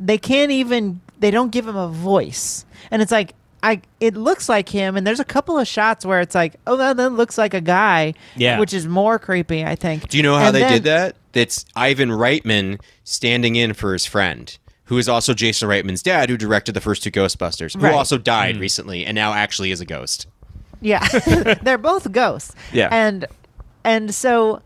C: they can't even they don't give him a voice, and it's like. I, it looks like him, and there's a couple of shots where it's like, oh, that, that looks like a guy,
D: Yeah.
C: which is more creepy, I think.
E: Do you know how
C: And
E: they
C: then-
E: did that? That's Ivan Reitman standing in for his friend, who is also Jason Reitman's dad, who directed the first two Ghostbusters,
C: Right.
E: who also died recently and now actually is a ghost.
C: Yeah, they're both ghosts.
E: Yeah.
C: and and so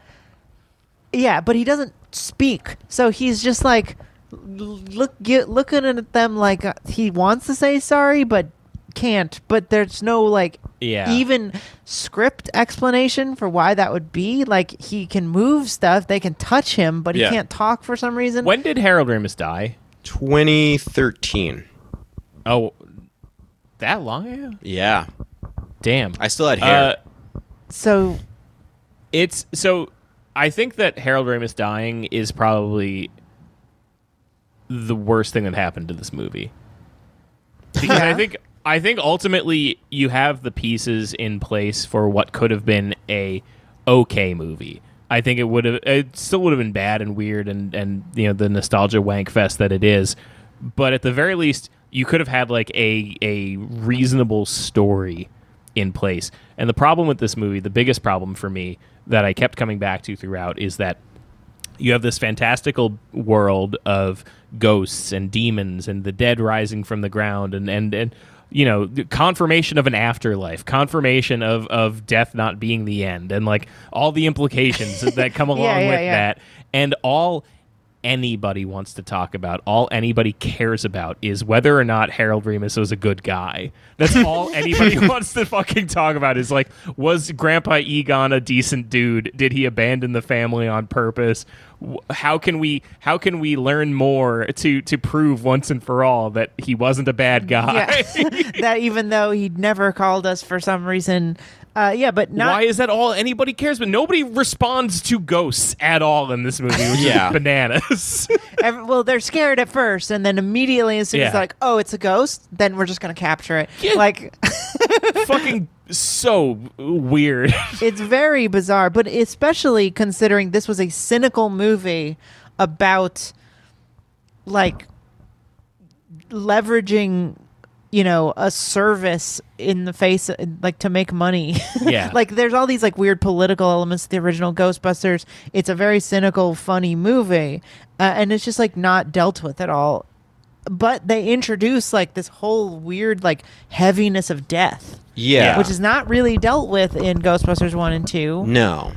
C: yeah, but he doesn't speak, so he's just like l- look get, looking at them like uh, he wants to say sorry, but can't. But there's no like
D: Yeah.
C: even script explanation for why that would be. Like he can move stuff, they can touch him, but he
E: Yeah.
C: can't talk for some reason.
D: when did Harold Ramis die?
E: 2013.
D: Oh, that long ago?
E: Yeah.
D: Damn.
E: I still had hair.
D: Uh,
C: so
D: it's so. I think that Harold Ramis dying is probably the worst thing that happened to this movie. Because I think I think ultimately you have the pieces in place for what could have been a okay movie. I think it would have it still would have been bad and weird and and you know the nostalgia wank fest that it is. But at the very least you could have had like a a reasonable story in place. And the problem with this movie, the biggest problem for me that I kept coming back to throughout is that you have this fantastical world of ghosts and demons and the dead rising from the ground and and and you know the confirmation of an afterlife confirmation of of death not being the end and like all the implications that come along
C: yeah,
D: with
C: yeah.
D: that and all anybody wants to talk about, all anybody cares about is whether or not Harold Remus was a good guy. That's all anybody wants to fucking talk about is like, was Grandpa Egon a decent dude? Did he abandon the family on purpose? W- How can we how can we learn more to to prove once and for all that he wasn't a bad guy?
C: Yeah. that even though he'd never called us for some reason. Uh, yeah, but not.
D: Why is that all anybody cares? But nobody responds to ghosts at all in this movie, which
E: Yeah.
D: is bananas.
C: Every, well, they're scared at first, and then immediately, as soon as
D: Yeah.
C: like, oh, it's a ghost, then we're just gonna capture it. Like,
D: fucking so weird.
C: it's very bizarre, but especially considering this was a cynical movie about like leveraging, you know, a service in the face, like to make money.
D: Yeah.
C: like there's all these like weird political elements to the original Ghostbusters. It's a very cynical, funny movie, uh, and it's just like not dealt with at all. But they introduce like this whole weird like heaviness of death
E: Yeah. Mm.
C: which is not really dealt with in Ghostbusters one and two.
E: no.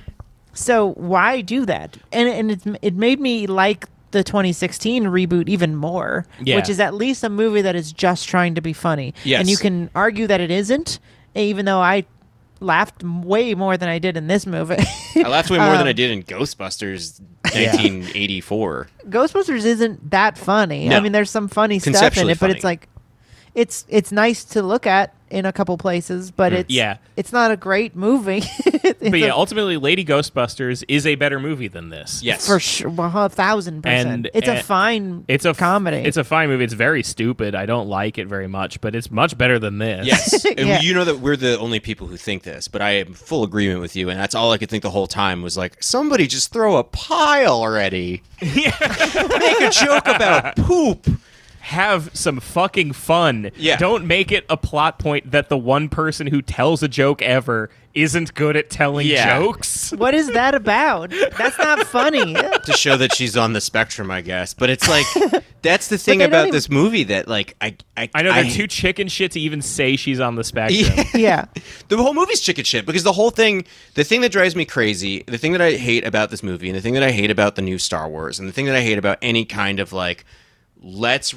C: So why do that? And and it it made me like the 2016 reboot even more,
D: Yeah.
C: which is at least a movie that is just trying to be funny.
E: Yes.
C: and you can argue that it isn't, even though I laughed m- way more than I did in this movie.
E: I laughed way more than
C: Um,
E: I did in Ghostbusters 1984.
C: Ghostbusters isn't that funny.
E: No.
C: I mean, there's some funny stuff in
E: Conceptually
C: it, but it's
E: funny.
C: like it's it's nice to look at in a couple places,
E: Mm.
C: but it's
D: Yeah.
C: it's not a great movie.
D: but yeah, ultimately, Lady Ghostbusters is a better movie than this.
E: Yes.
C: for sure, well, a thousand percent.
D: And-
C: it's a
D: and-
C: fine.
D: It's a
C: comedy.
D: It's a fine movie. It's very stupid. I don't like it very much, but it's much better than this.
E: Yes. And
C: Yeah.
E: You know that we're the only people who think this, but I am full agreement with you. And that's all I could think the whole time was like, somebody just throw a pile already. Make a joke about poop.
D: Have some fucking fun.
E: Yeah.
D: Don't make it a plot point that the one person who tells a joke ever isn't good at telling
E: Yeah.
D: jokes.
C: what is that about? That's not funny.
E: to show that she's on the spectrum, I guess. But it's like that's the thing
C: they don't
E: about
C: even-
E: this movie that like I I,
D: I know they're too chicken shit to even say she's on the spectrum.
E: Yeah.
C: yeah,
E: the whole movie's chicken shit because the whole thing the thing that drives me crazy the thing that i hate about this movie and the thing that i hate about the new star wars and the thing that i hate about any kind of like let's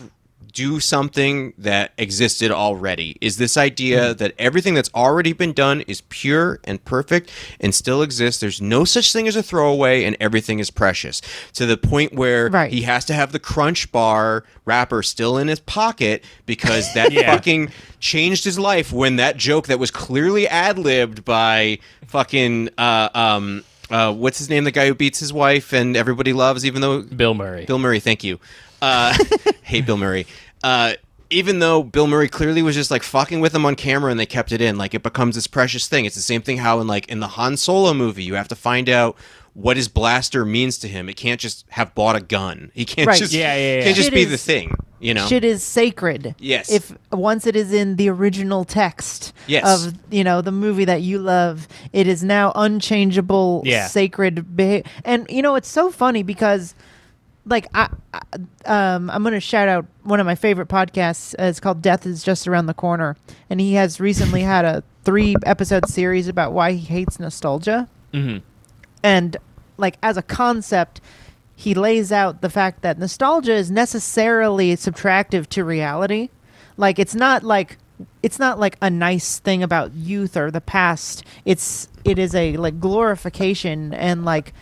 E: do something that existed already is this idea that everything that's already been done is pure and perfect and still exists there's no such thing as a throwaway and everything is precious to the point where
C: Right.
E: he has to have the crunch bar wrapper still in his pocket because that
D: Yeah.
E: fucking fucking changed his life when that joke that was clearly ad libbed by fucking uh, um uh, what's his name the guy who beats his wife and everybody loves even though
D: Bill Murray.
E: Bill Murray thank you uh, hate Bill Murray uh, even though Bill Murray clearly was just like fucking with him on camera and they kept it in like it becomes this precious thing it's the same thing how in like in the Han Solo movie you have to find out what his blaster means to him it can't just have bought a gun he can't
C: Right.
E: just
D: Yeah, yeah, yeah.
E: can't just
C: Shit
E: be
C: is-
E: the thing you know
C: shit is sacred.
E: Yes.
C: If once it is in the original text
E: Yes.
C: of you know the movie that you love, it is now unchangeable,
D: Yeah.
C: sacred behavior. And you know it's so funny because like I, I um I'm gonna shout out one of my favorite podcasts. Uh, it's called Death is Just Around the Corner, and he has recently had a three episode series about why he hates nostalgia. and like as a concept he lays out the fact that nostalgia is necessarily subtractive to reality like it's not like it's not like a nice thing about youth or the past it's it is a like glorification and like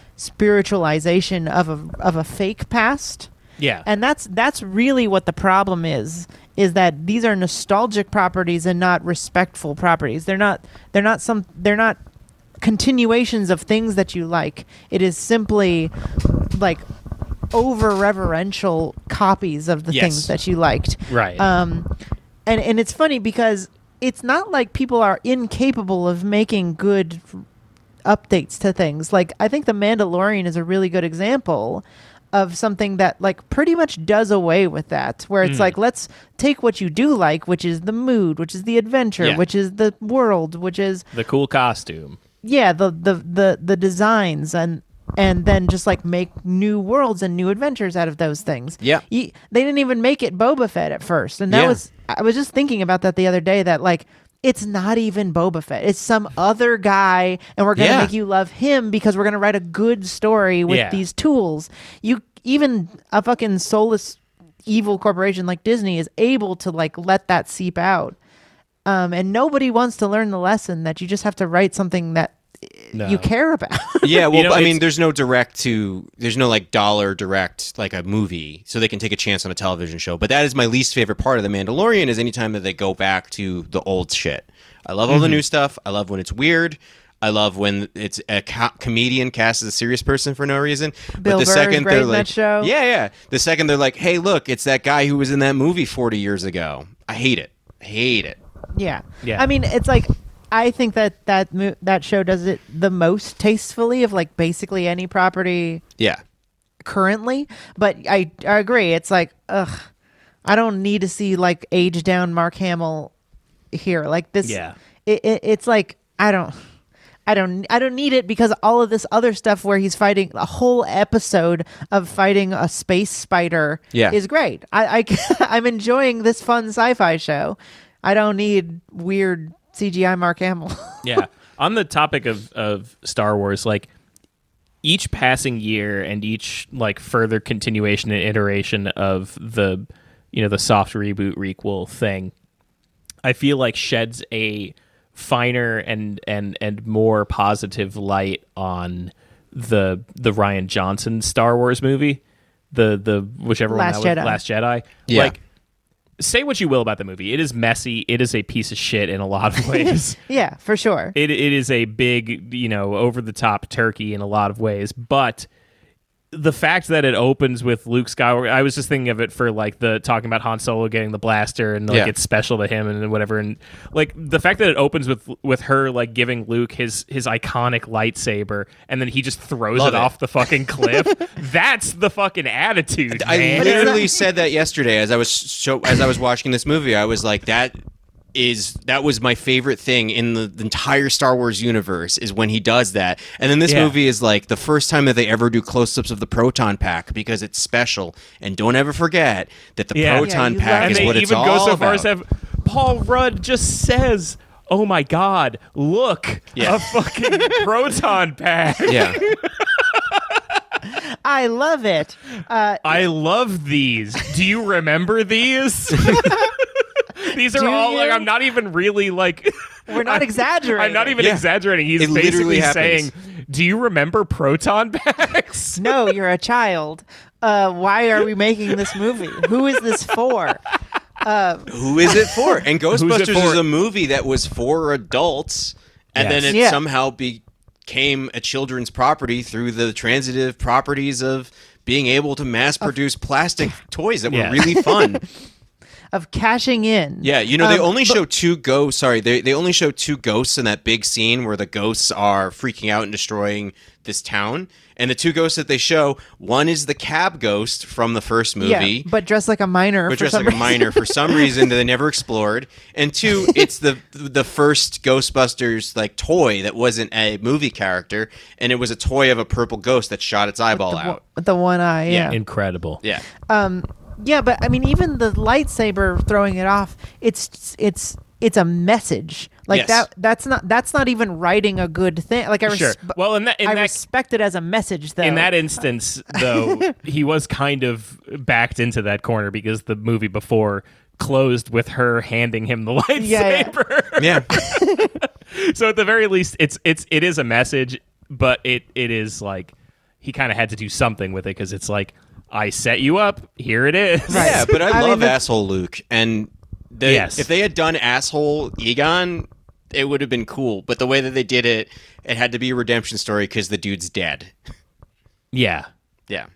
C: spiritualization of a of a fake past
D: Yeah.
C: and that's that's really what the problem is is that these are nostalgic properties and not respectful properties they're not they're not some they're not continuations of things that you like it is simply like over reverential copies of the
E: Yes.
C: things that you liked
D: Right.
C: um and and it's funny because it's not like people are incapable of making good updates to things. Like I think The Mandalorian is a really good example of something that like pretty much does away with that where it's like let's take what you do like which is the mood which is the adventure
E: Yeah.
C: which is the world which is
D: the cool costume.
C: yeah the, the the the designs and and then just like make new worlds and new adventures out of those things
E: Yeah.
C: Ye- they didn't even make it boba fett at first and that
E: Yeah.
C: was i was just thinking about that the other day that like it's not even boba fett it's some other guy and we're gonna
E: Yeah.
C: make you love him because we're gonna write a good story with
D: Yeah.
C: these tools you even a fucking soulless evil corporation like Disney is able to like let that seep out. Um, and nobody wants to learn the lesson that you just have to write something that eh, you care about.
E: Yeah, well,
D: know,
E: I mean,
D: it's-
E: there's no direct to, there's no like dollar direct like a movie, so they can take a chance on a television show. But that is my least favorite part of The Mandalorian is anytime that they go back to the old shit. I love all
D: Mm-hmm.
E: the new stuff. I love when it's weird. I love when it's a co- comedian cast as a serious person for no reason.
C: Bill
E: but the
C: Burr is
E: second
C: great
E: they're
C: in that
E: like,
C: show.
E: yeah, yeah. The second they're like, hey, look, it's that guy who was in that movie 40 years ago. I hate it. I hate it.
C: Yeah.
D: Yeah.
C: I mean, it's like I think that that mo- that show does it the most tastefully of like basically any property
E: Yeah.
C: currently, but I, I agree. It's like ugh, I don't need to see like age down Mark Hamill here. Like this
D: Yeah.
C: It, it, it's like I don't I don't I don't need it because all of this other stuff where he's fighting a whole episode of fighting a space spider
E: Yeah.
C: is great. I, I I'm enjoying this fun sci-fi show. I don't need weird CGI Mark Hamill.
D: yeah. On the topic of of Star Wars, like each passing year and each like further continuation and iteration of the you know the soft reboot requel thing, I feel like sheds a finer and and and more positive light on the the Ryan Johnson Star Wars movie, the the whichever
C: Last
D: one that
C: Jedi.
D: was, Last Jedi.
E: Yeah.
D: Like say what you will about the movie. It is messy. It is a piece of shit in a lot of ways
C: yeah, for sure.
D: it it is a big you know over the top turkey in a lot of ways but the fact that it opens with Luke Skywalker, I was just thinking of it for like the talking about Han Solo getting the blaster and like
E: Yeah.
D: it's special to him and whatever, and like the fact that it opens with with her like giving Luke his his iconic lightsaber and then he just throws
E: Love
D: it,
E: it.
D: off the fucking cliff. That's the fucking attitude.
E: I
D: man.
E: literally said that yesterday as I was show, as I was watching this movie. I was like, that is that was my favorite thing in the, the entire Star Wars universe is when he does that. And then this
D: Yeah.
E: movie is like the first time that they ever do close-ups of the proton pack because it's special. And don't ever forget that the
D: Yeah.
E: proton
C: Yeah, you
E: pack
C: love
E: is
D: and they
E: what it's
D: even
E: all
D: go so
E: about.
D: far as have Paul Rudd just says, "Oh my God, look,
E: Yeah.
D: a fucking proton pack."
E: yeah.
C: I love it.
D: I love these. Do you remember these? these are
C: Do
D: all like
C: you?
D: I'm not even really like
C: We're not exaggerating.
D: I'm not even
E: Yeah.
D: exaggerating. He's
E: It literally
D: basically
E: happens.
D: saying, "Do you remember proton packs?"
C: no, you're a child. Uh, why are we making this movie? Who is this for?
E: Who is it for? And Ghostbusters
D: for?
E: is a movie that was for adults, and
D: Yes.
E: then it
C: Yeah.
E: somehow became a children's property through the transitive properties of being able to mass produce plastic toys that were
D: Yeah.
E: really fun.
C: Of cashing in.
E: Yeah, you know they
C: Um,
E: only show two ghosts. Sorry, they they only show two ghosts in that big scene where the ghosts are freaking out and destroying this town. And the two ghosts that they show, one is the cab ghost from the first movie.
C: Yeah, but dressed like a minor.
E: but
C: for
E: dressed
C: some
E: like a minor for some reason that they never explored. And two, it's the the first Ghostbusters like toy that wasn't a movie character, and it was a toy of a purple ghost that shot its eyeball
C: reason.
E: out.
C: With the one eye. Yeah. yeah.
D: Incredible.
E: Yeah,
C: but I mean, even the lightsaber throwing it off, it's it's it's a message. Like
E: Yes.
C: that. That's not that's not even writing a good thing. Like I res-
D: Sure. Well, in that- in
C: I
D: that-
C: respect it as a message though.
D: In that instance, though, he was kind of backed into that corner because the movie before closed with her handing him the lightsaber.
C: Yeah,
E: yeah.
D: so at the very least, it's it's it is a message, but it it is like he kind of had to do something with it because it's like I set you up. Here it is.
E: Yeah, but I,
C: I mean,
E: love
C: the-
E: asshole Luke, and they,
D: Yes.
E: if they had done asshole Egon, it would have been cool. But the way that they did it, it had to be a redemption story because the dude's dead.
D: Yeah.
E: Yeah,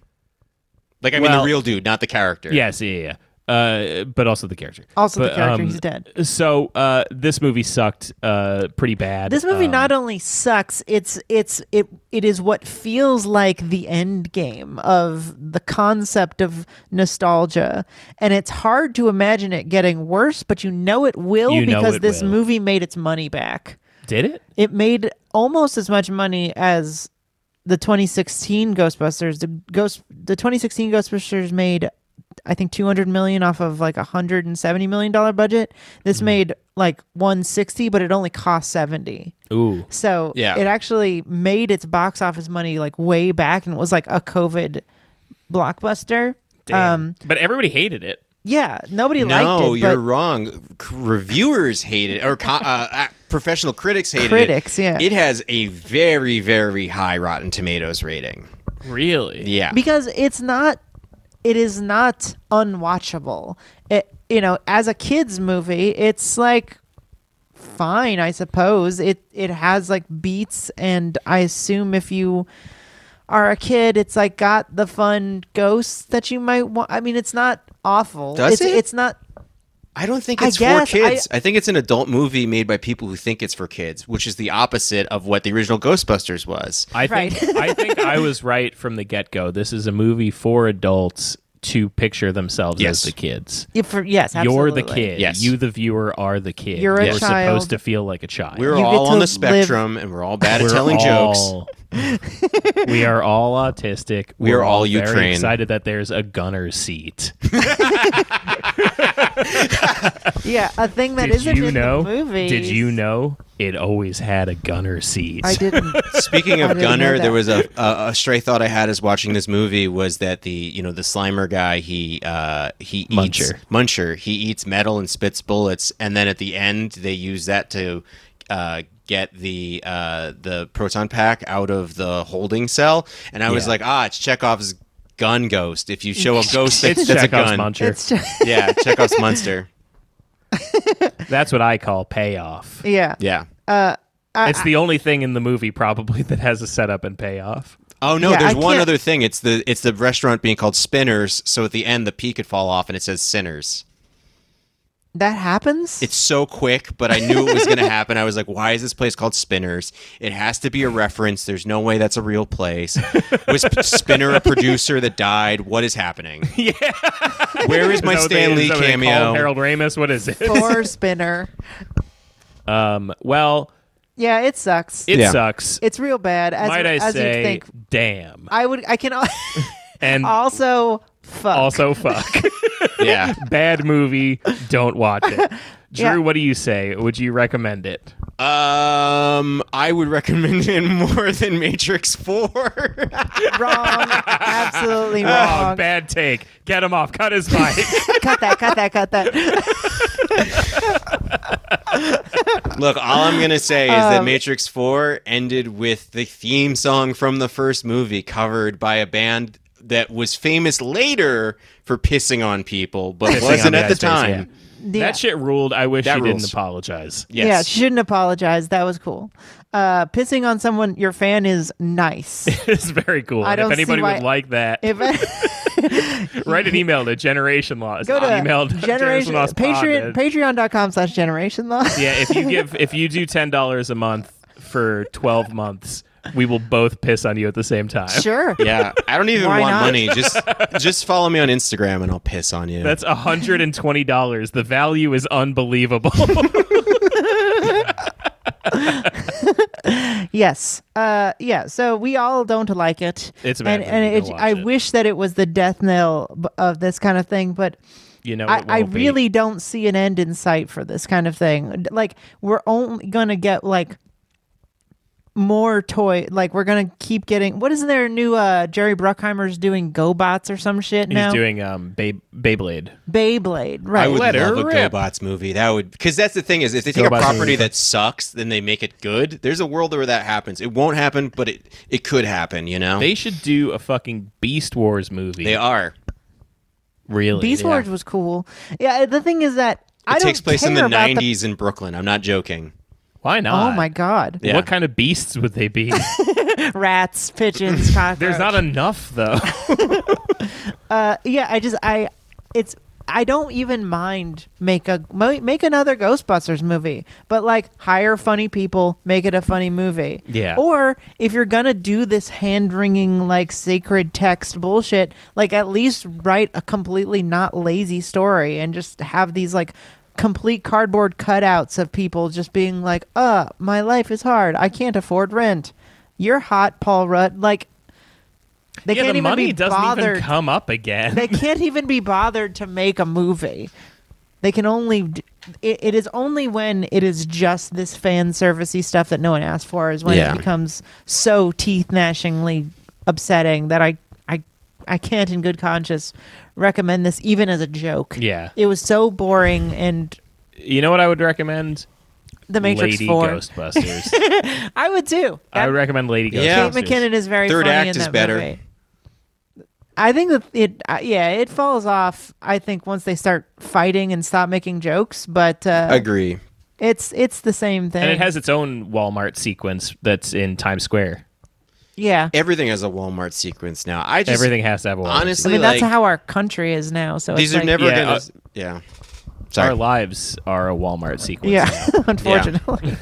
E: like I mean
D: Well-
E: the real dude, not the character.
D: Yes. Yeah. yeah, yeah. Uh, but also the character.
C: also
D: But,
C: the character
D: um,
C: he's dead.
D: So uh, this movie sucked uh, pretty bad.
C: This movie
D: Um,
C: not only sucks, it's it's it it is what feels like the end game of the concept of nostalgia. And it's hard to imagine it getting worse, but you know it will
D: You know
C: because
D: it
C: this
D: will.
C: movie made its money back.
D: did it.
C: It made almost as much money as the 2016 Ghostbusters. The Ghost the 2016 Ghostbusters made I think 200 million off of like a 170 million dollar budget. This
D: Mm-hmm.
C: made like 160, but it only cost 70.
D: Ooh.
C: So
E: Yeah.
C: it actually made its box office money like way back and was like a COVID blockbuster. Um,
D: Damn. but everybody hated it.
C: yeah, nobody liked it.
E: No,
C: but
E: you're wrong. C- Reviewers hate it, or co- uh, uh, professional critics hate it.
C: Critics, yeah.
E: It has a very, very high Rotten Tomatoes rating.
D: Really?
E: Yeah.
C: because it's not it is not unwatchable it you know as a kids movie it's like fine i suppose it it has like beats and i assume if you are a kid it's like got the fun ghosts that you might want i mean it's not awful
E: Does
C: it's,
E: it?
C: it's not
E: I don't think
C: I
E: it's
C: guess,
E: for kids. I, think it's an adult movie made by people who think it's for kids, which is the opposite of what the original Ghostbusters was.
D: I think I think I was right from the get go. This is a movie for adults to picture themselves
E: Yes.
D: as the kids.
C: if for, yes
D: You're the
C: absolutely.
D: kid.
E: Yes.
D: You, the viewer, are the kid.
C: You're a
D: We're
C: child.
D: supposed to feel like a child.
E: We're
C: You get
E: all
C: to
E: on the
C: live-
E: spectrum, and we're all bad at
D: We're
E: telling jokes.
D: all- we are all autistic.
E: We
D: We're
E: are all
D: very
E: Ukraine.
D: Excited that there's a gunner seat.
C: yeah a thing that
D: Did
C: not
D: you
C: in
D: know?
C: the movie
D: Did you know it always had a gunner seat?
C: i didn't
E: Speaking
C: I
E: of
C: didn't know
E: Gunner,
C: that.
E: there was a, a a stray thought I had as watching this movie was that the you know the Slimer guy he uh, he eats
D: Muncher.
E: Muncher he eats metal and spits bullets, and then at the end they use that to uh, get the uh, the proton pack out of the holding cell, and I was
D: Yeah.
E: like ah it's Chekhov's gun ghost. If you show a ghost,
D: It's
E: that's a
D: Chekhov's
E: gun.
D: muncher.
C: it's just,
E: Yeah, Chekhov's monster.
D: That's what I call payoff.
C: yeah
E: Yeah.
C: Uh,
D: it's the only thing in the movie probably that has a setup and payoff.
E: Oh no,
C: Yeah,
E: there's
C: I
E: one
C: can't-
E: other thing. It's the it's the restaurant being called Spinners, so at the end the P could fall off and it says Sinners.
C: that happens
E: It's so quick, but I knew it was going to happen. I was like, why is this place called Spinners? It has to be a reference. There's no way that's a real place. Was P- Spinner a producer that died? What is happening? Yeah. Where is my
D: Is that what they-
E: Stan Lee
D: is that what they call
E: cameo?
D: Harold Ramis. What is it?
C: Or spinner
D: um, well,
C: Yeah, it sucks.
D: it
E: Yeah.
D: sucks.
C: it's real bad. As,
D: Might I
C: as
D: say,
C: you think,
D: damn.
C: I would. I can al-
D: And
C: also fuck.
D: also, fuck.
E: Yeah.
D: Bad movie. Don't watch it. Drew,
C: Yeah.
D: what do you say? Would you recommend it?
E: Um, I would recommend it more than Matrix 4.
C: wrong. Absolutely wrong.
D: Oh, bad take. Get him off. Cut his mic.
C: cut that. Cut that. Cut that.
E: Look, all I'm gonna say is
C: Um,
E: that Matrix Four ended with the theme song from the first movie covered by a band that was famous later for pissing on people, but
D: Pissing on
E: wasn't at the
D: MySpace,
E: time.
D: yeah. That shit ruled. I wish
E: That
D: you
E: rules.
D: didn't apologize.
E: Yes.
C: Yeah, shouldn't apologize. That was cool. Uh, pissing on someone your fan is nice.
D: it's very cool.
C: I
D: And if
C: don't see
D: anybody
C: why-
D: would like that,
C: If
D: write an email to Generation Laws.
C: go to
D: email
C: generation
D: Lost
C: patreon patreon.com slash generation law.
D: Yeah, if you give if you do ten dollars a month for twelve months, we will both piss on you at the same time.
C: sure.
E: Yeah, I don't even
C: Why
E: want
C: not?
E: money. Just just follow me on Instagram and I'll piss on you.
D: That's hundred and twenty dollars. The value is unbelievable.
C: Yes. Uh, yeah. So we all don't like it.
D: It's a bad
C: and,
D: movie.
C: and
D: Go
C: it,
D: watch
C: I
D: it.
C: wish that it was the death knell b- of this kind of thing, but
D: you know,
C: I,
D: Oh, it
C: I
D: won't be.
C: really don't see an end in sight for this kind of thing. D- Like we're only gonna get like more toy. Like we're gonna keep getting. What is there new? Uh, Jerry Bruckheimer's doing GoBots or some shit
D: he's
C: now.
D: doing um Bay- Beyblade.
C: Beyblade, right?
E: I would
D: Let her
E: love a
D: rip.
E: GoBots movie. That would because that's the thing is if they take
D: GoBots
E: a property
D: movie.
E: that sucks, then they make it good. There's a world where that happens. It won't happen, but it it could happen. You know,
D: They should do a fucking Beast Wars movie.
E: they are.
D: really
C: Beast
D: Yeah.
C: Wars was cool. Yeah. The thing is that I
E: It
C: don't
E: takes place in the
C: care about
E: 90s in Brooklyn. I'm not joking.
D: Why
C: Oh
D: not?
C: my god!
E: Yeah.
D: What kind of beasts would they be?
C: Rats, pigeons, cockroaches.
D: There's not enough though.
C: uh, yeah i just i it's i don't even mind make a mo- make another ghostbusters movie but like hire funny people make it a funny movie
D: Yeah.
C: or if you're gonna do this hand-wringing like sacred text bullshit like at least write a completely not lazy story and just have these like complete cardboard cutouts of people just being like uh my life is hard i can't afford rent you're hot paul rudd like they
D: yeah,
C: can't
D: the
C: even
D: money
C: be
D: doesn't
C: bothered
D: even come up again.
C: they can't even be bothered to make a movie. They can only. d- It, it is only when it is just this fan servicey stuff that no one asked for is when
E: Yeah.
C: it becomes so teeth gnashingly upsetting that I I I can't in good conscience recommend this even as a joke.
D: Yeah.
C: It was so boring and
D: You know what I would recommend?
C: The Matrix
D: Lady
C: 4.
D: Ghostbusters.
C: I would too.
D: I would recommend Lady
E: Yeah.
D: Ghostbusters.
C: Kate McKinnon is very
E: Third
C: funny
E: act
C: in
E: is
C: that
E: better.
C: movie. I think that it, uh, yeah, it falls off. I think once they start fighting and stop making jokes, but uh,
E: Agree.
C: it's it's the same thing.
D: And it has its own Walmart sequence that's in Times Square.
C: yeah.
E: Everything has a Walmart sequence now. I just
D: Everything has to have a Walmart.
C: I
E: honestly
C: mean,
E: like
C: that's how our country is now. So
E: these
C: it's
E: are
C: like-
E: never
D: Yeah,
E: gonna
D: uh,
E: yeah.
D: sequence.
E: Sorry,
D: our lives are a Walmart sequence.
C: yeah, unfortunately.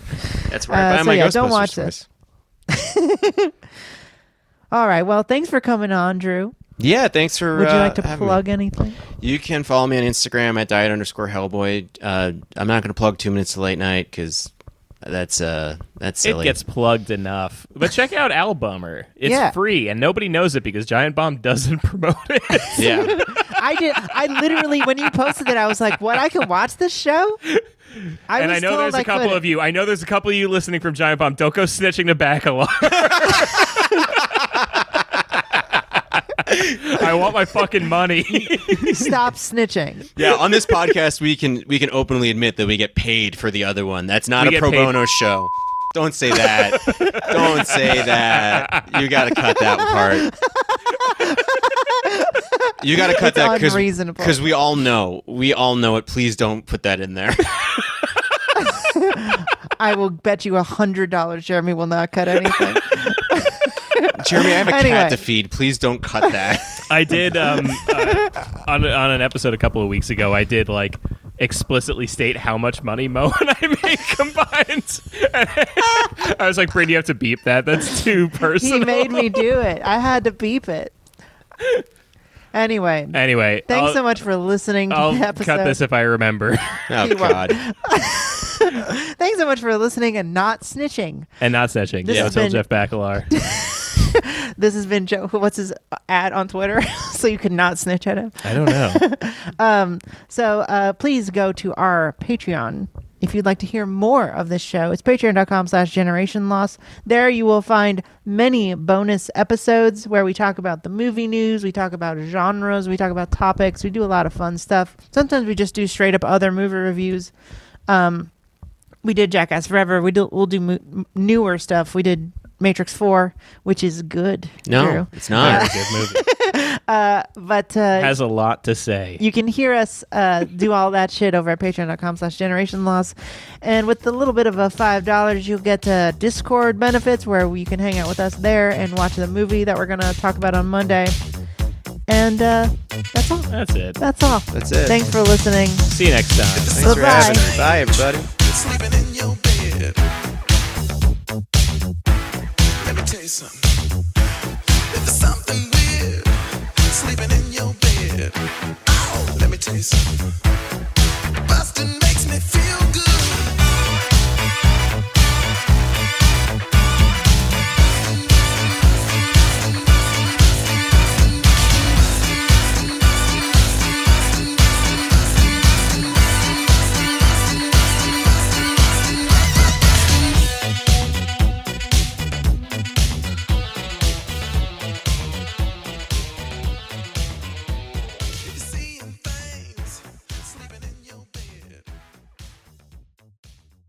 E: that's where I
C: uh,
E: buy
C: so
E: my
C: yeah,
E: Ghostbusters
C: don't watch
E: toys.
C: this. All right. Well, thanks for coming on, Drew.
E: Yeah, thanks for.
C: Would you
E: uh,
C: like to
E: having me.
C: plug anything?
E: You can follow me on Instagram at diet underscore Hellboy. Uh, I'm not going to plug two minutes to late night because that's uh that's
D: It
E: silly.
D: gets plugged enough. But check out Al Bummer. It's
C: Yeah.
D: free and nobody knows it because Giant Bomb doesn't promote it.
E: yeah.
C: I did. I literally, when you posted it, I was like, "What? I can watch this show." I
D: and I
C: was
D: know
C: told
D: there's
C: I
D: a couple
C: couldn't.
D: of you. I know there's a couple of you listening from Giant Bomb. Don't go snitching to back a lot. I want my fucking money.
C: Stop snitching.
E: yeah. On this podcast, we can we can openly admit that we get paid for the other one. That's not
D: We
E: a
D: get
E: pro
D: paid-
E: bono show. Don't say that. Don't say that. You got to cut that part. You got to cut that
C: unreasonable.
E: because we all know we all know it. Please don't put that in there.
C: I will bet you a hundred dollars, Jeremy will not cut anything.
E: Jeremy, I have a
C: Anyway.
E: cat to feed. Please don't cut that.
D: I did um, uh, on on an episode a couple of weeks ago. I did like explicitly state how much money Mo and I make combined. I was like, Brady, you have to beep that. That's too personal.
C: he made me do it. I had to beep it. Anyway,
D: Anyway,
C: thanks
D: I'll,
C: so much for listening to
D: I'll
C: the episode.
D: cut this if I remember,
E: Oh
C: He won't.
E: God.
C: Thanks so much for listening and not snitching.
D: and not snitching.
C: This
D: yeah,
C: has
D: tell
C: been-
D: Jeff Bacalar.
C: This has been Joe. What's his ad on Twitter? so you could not snitch at him.
D: I don't know.
C: So uh, please go to our Patreon if you'd like to hear more of this show. It's patreon.com slash generation loss. There you will find many bonus episodes where we talk about the movie news, we talk about genres, we talk about topics, we do a lot of fun stuff. Sometimes we just do straight up other movie reviews. Um, we did Jackass Forever. We do, we'll do mo- m- newer stuff. We did Matrix 4, which is good.
E: No,
C: Drew.
E: it's not.
D: Very good movie.
C: But uh,
D: Has a lot to say.
C: you can hear us uh, do all that shit over at patreon.com slash generation loss and with a little bit of a five dollars you'll get uh, discord benefits where you can hang out with us there and watch the movie that we're gonna talk about on monday and uh, that's all
D: That's it.
C: that's all
E: That's it.
C: thanks for listening
D: See you next time.
E: Thanks for
C: Bye-bye.
E: having me. Bye, everybody.
F: sleeping in your bed. Let me tell you something. There's something weird sleeping in your bed. Oh, let me tell you something.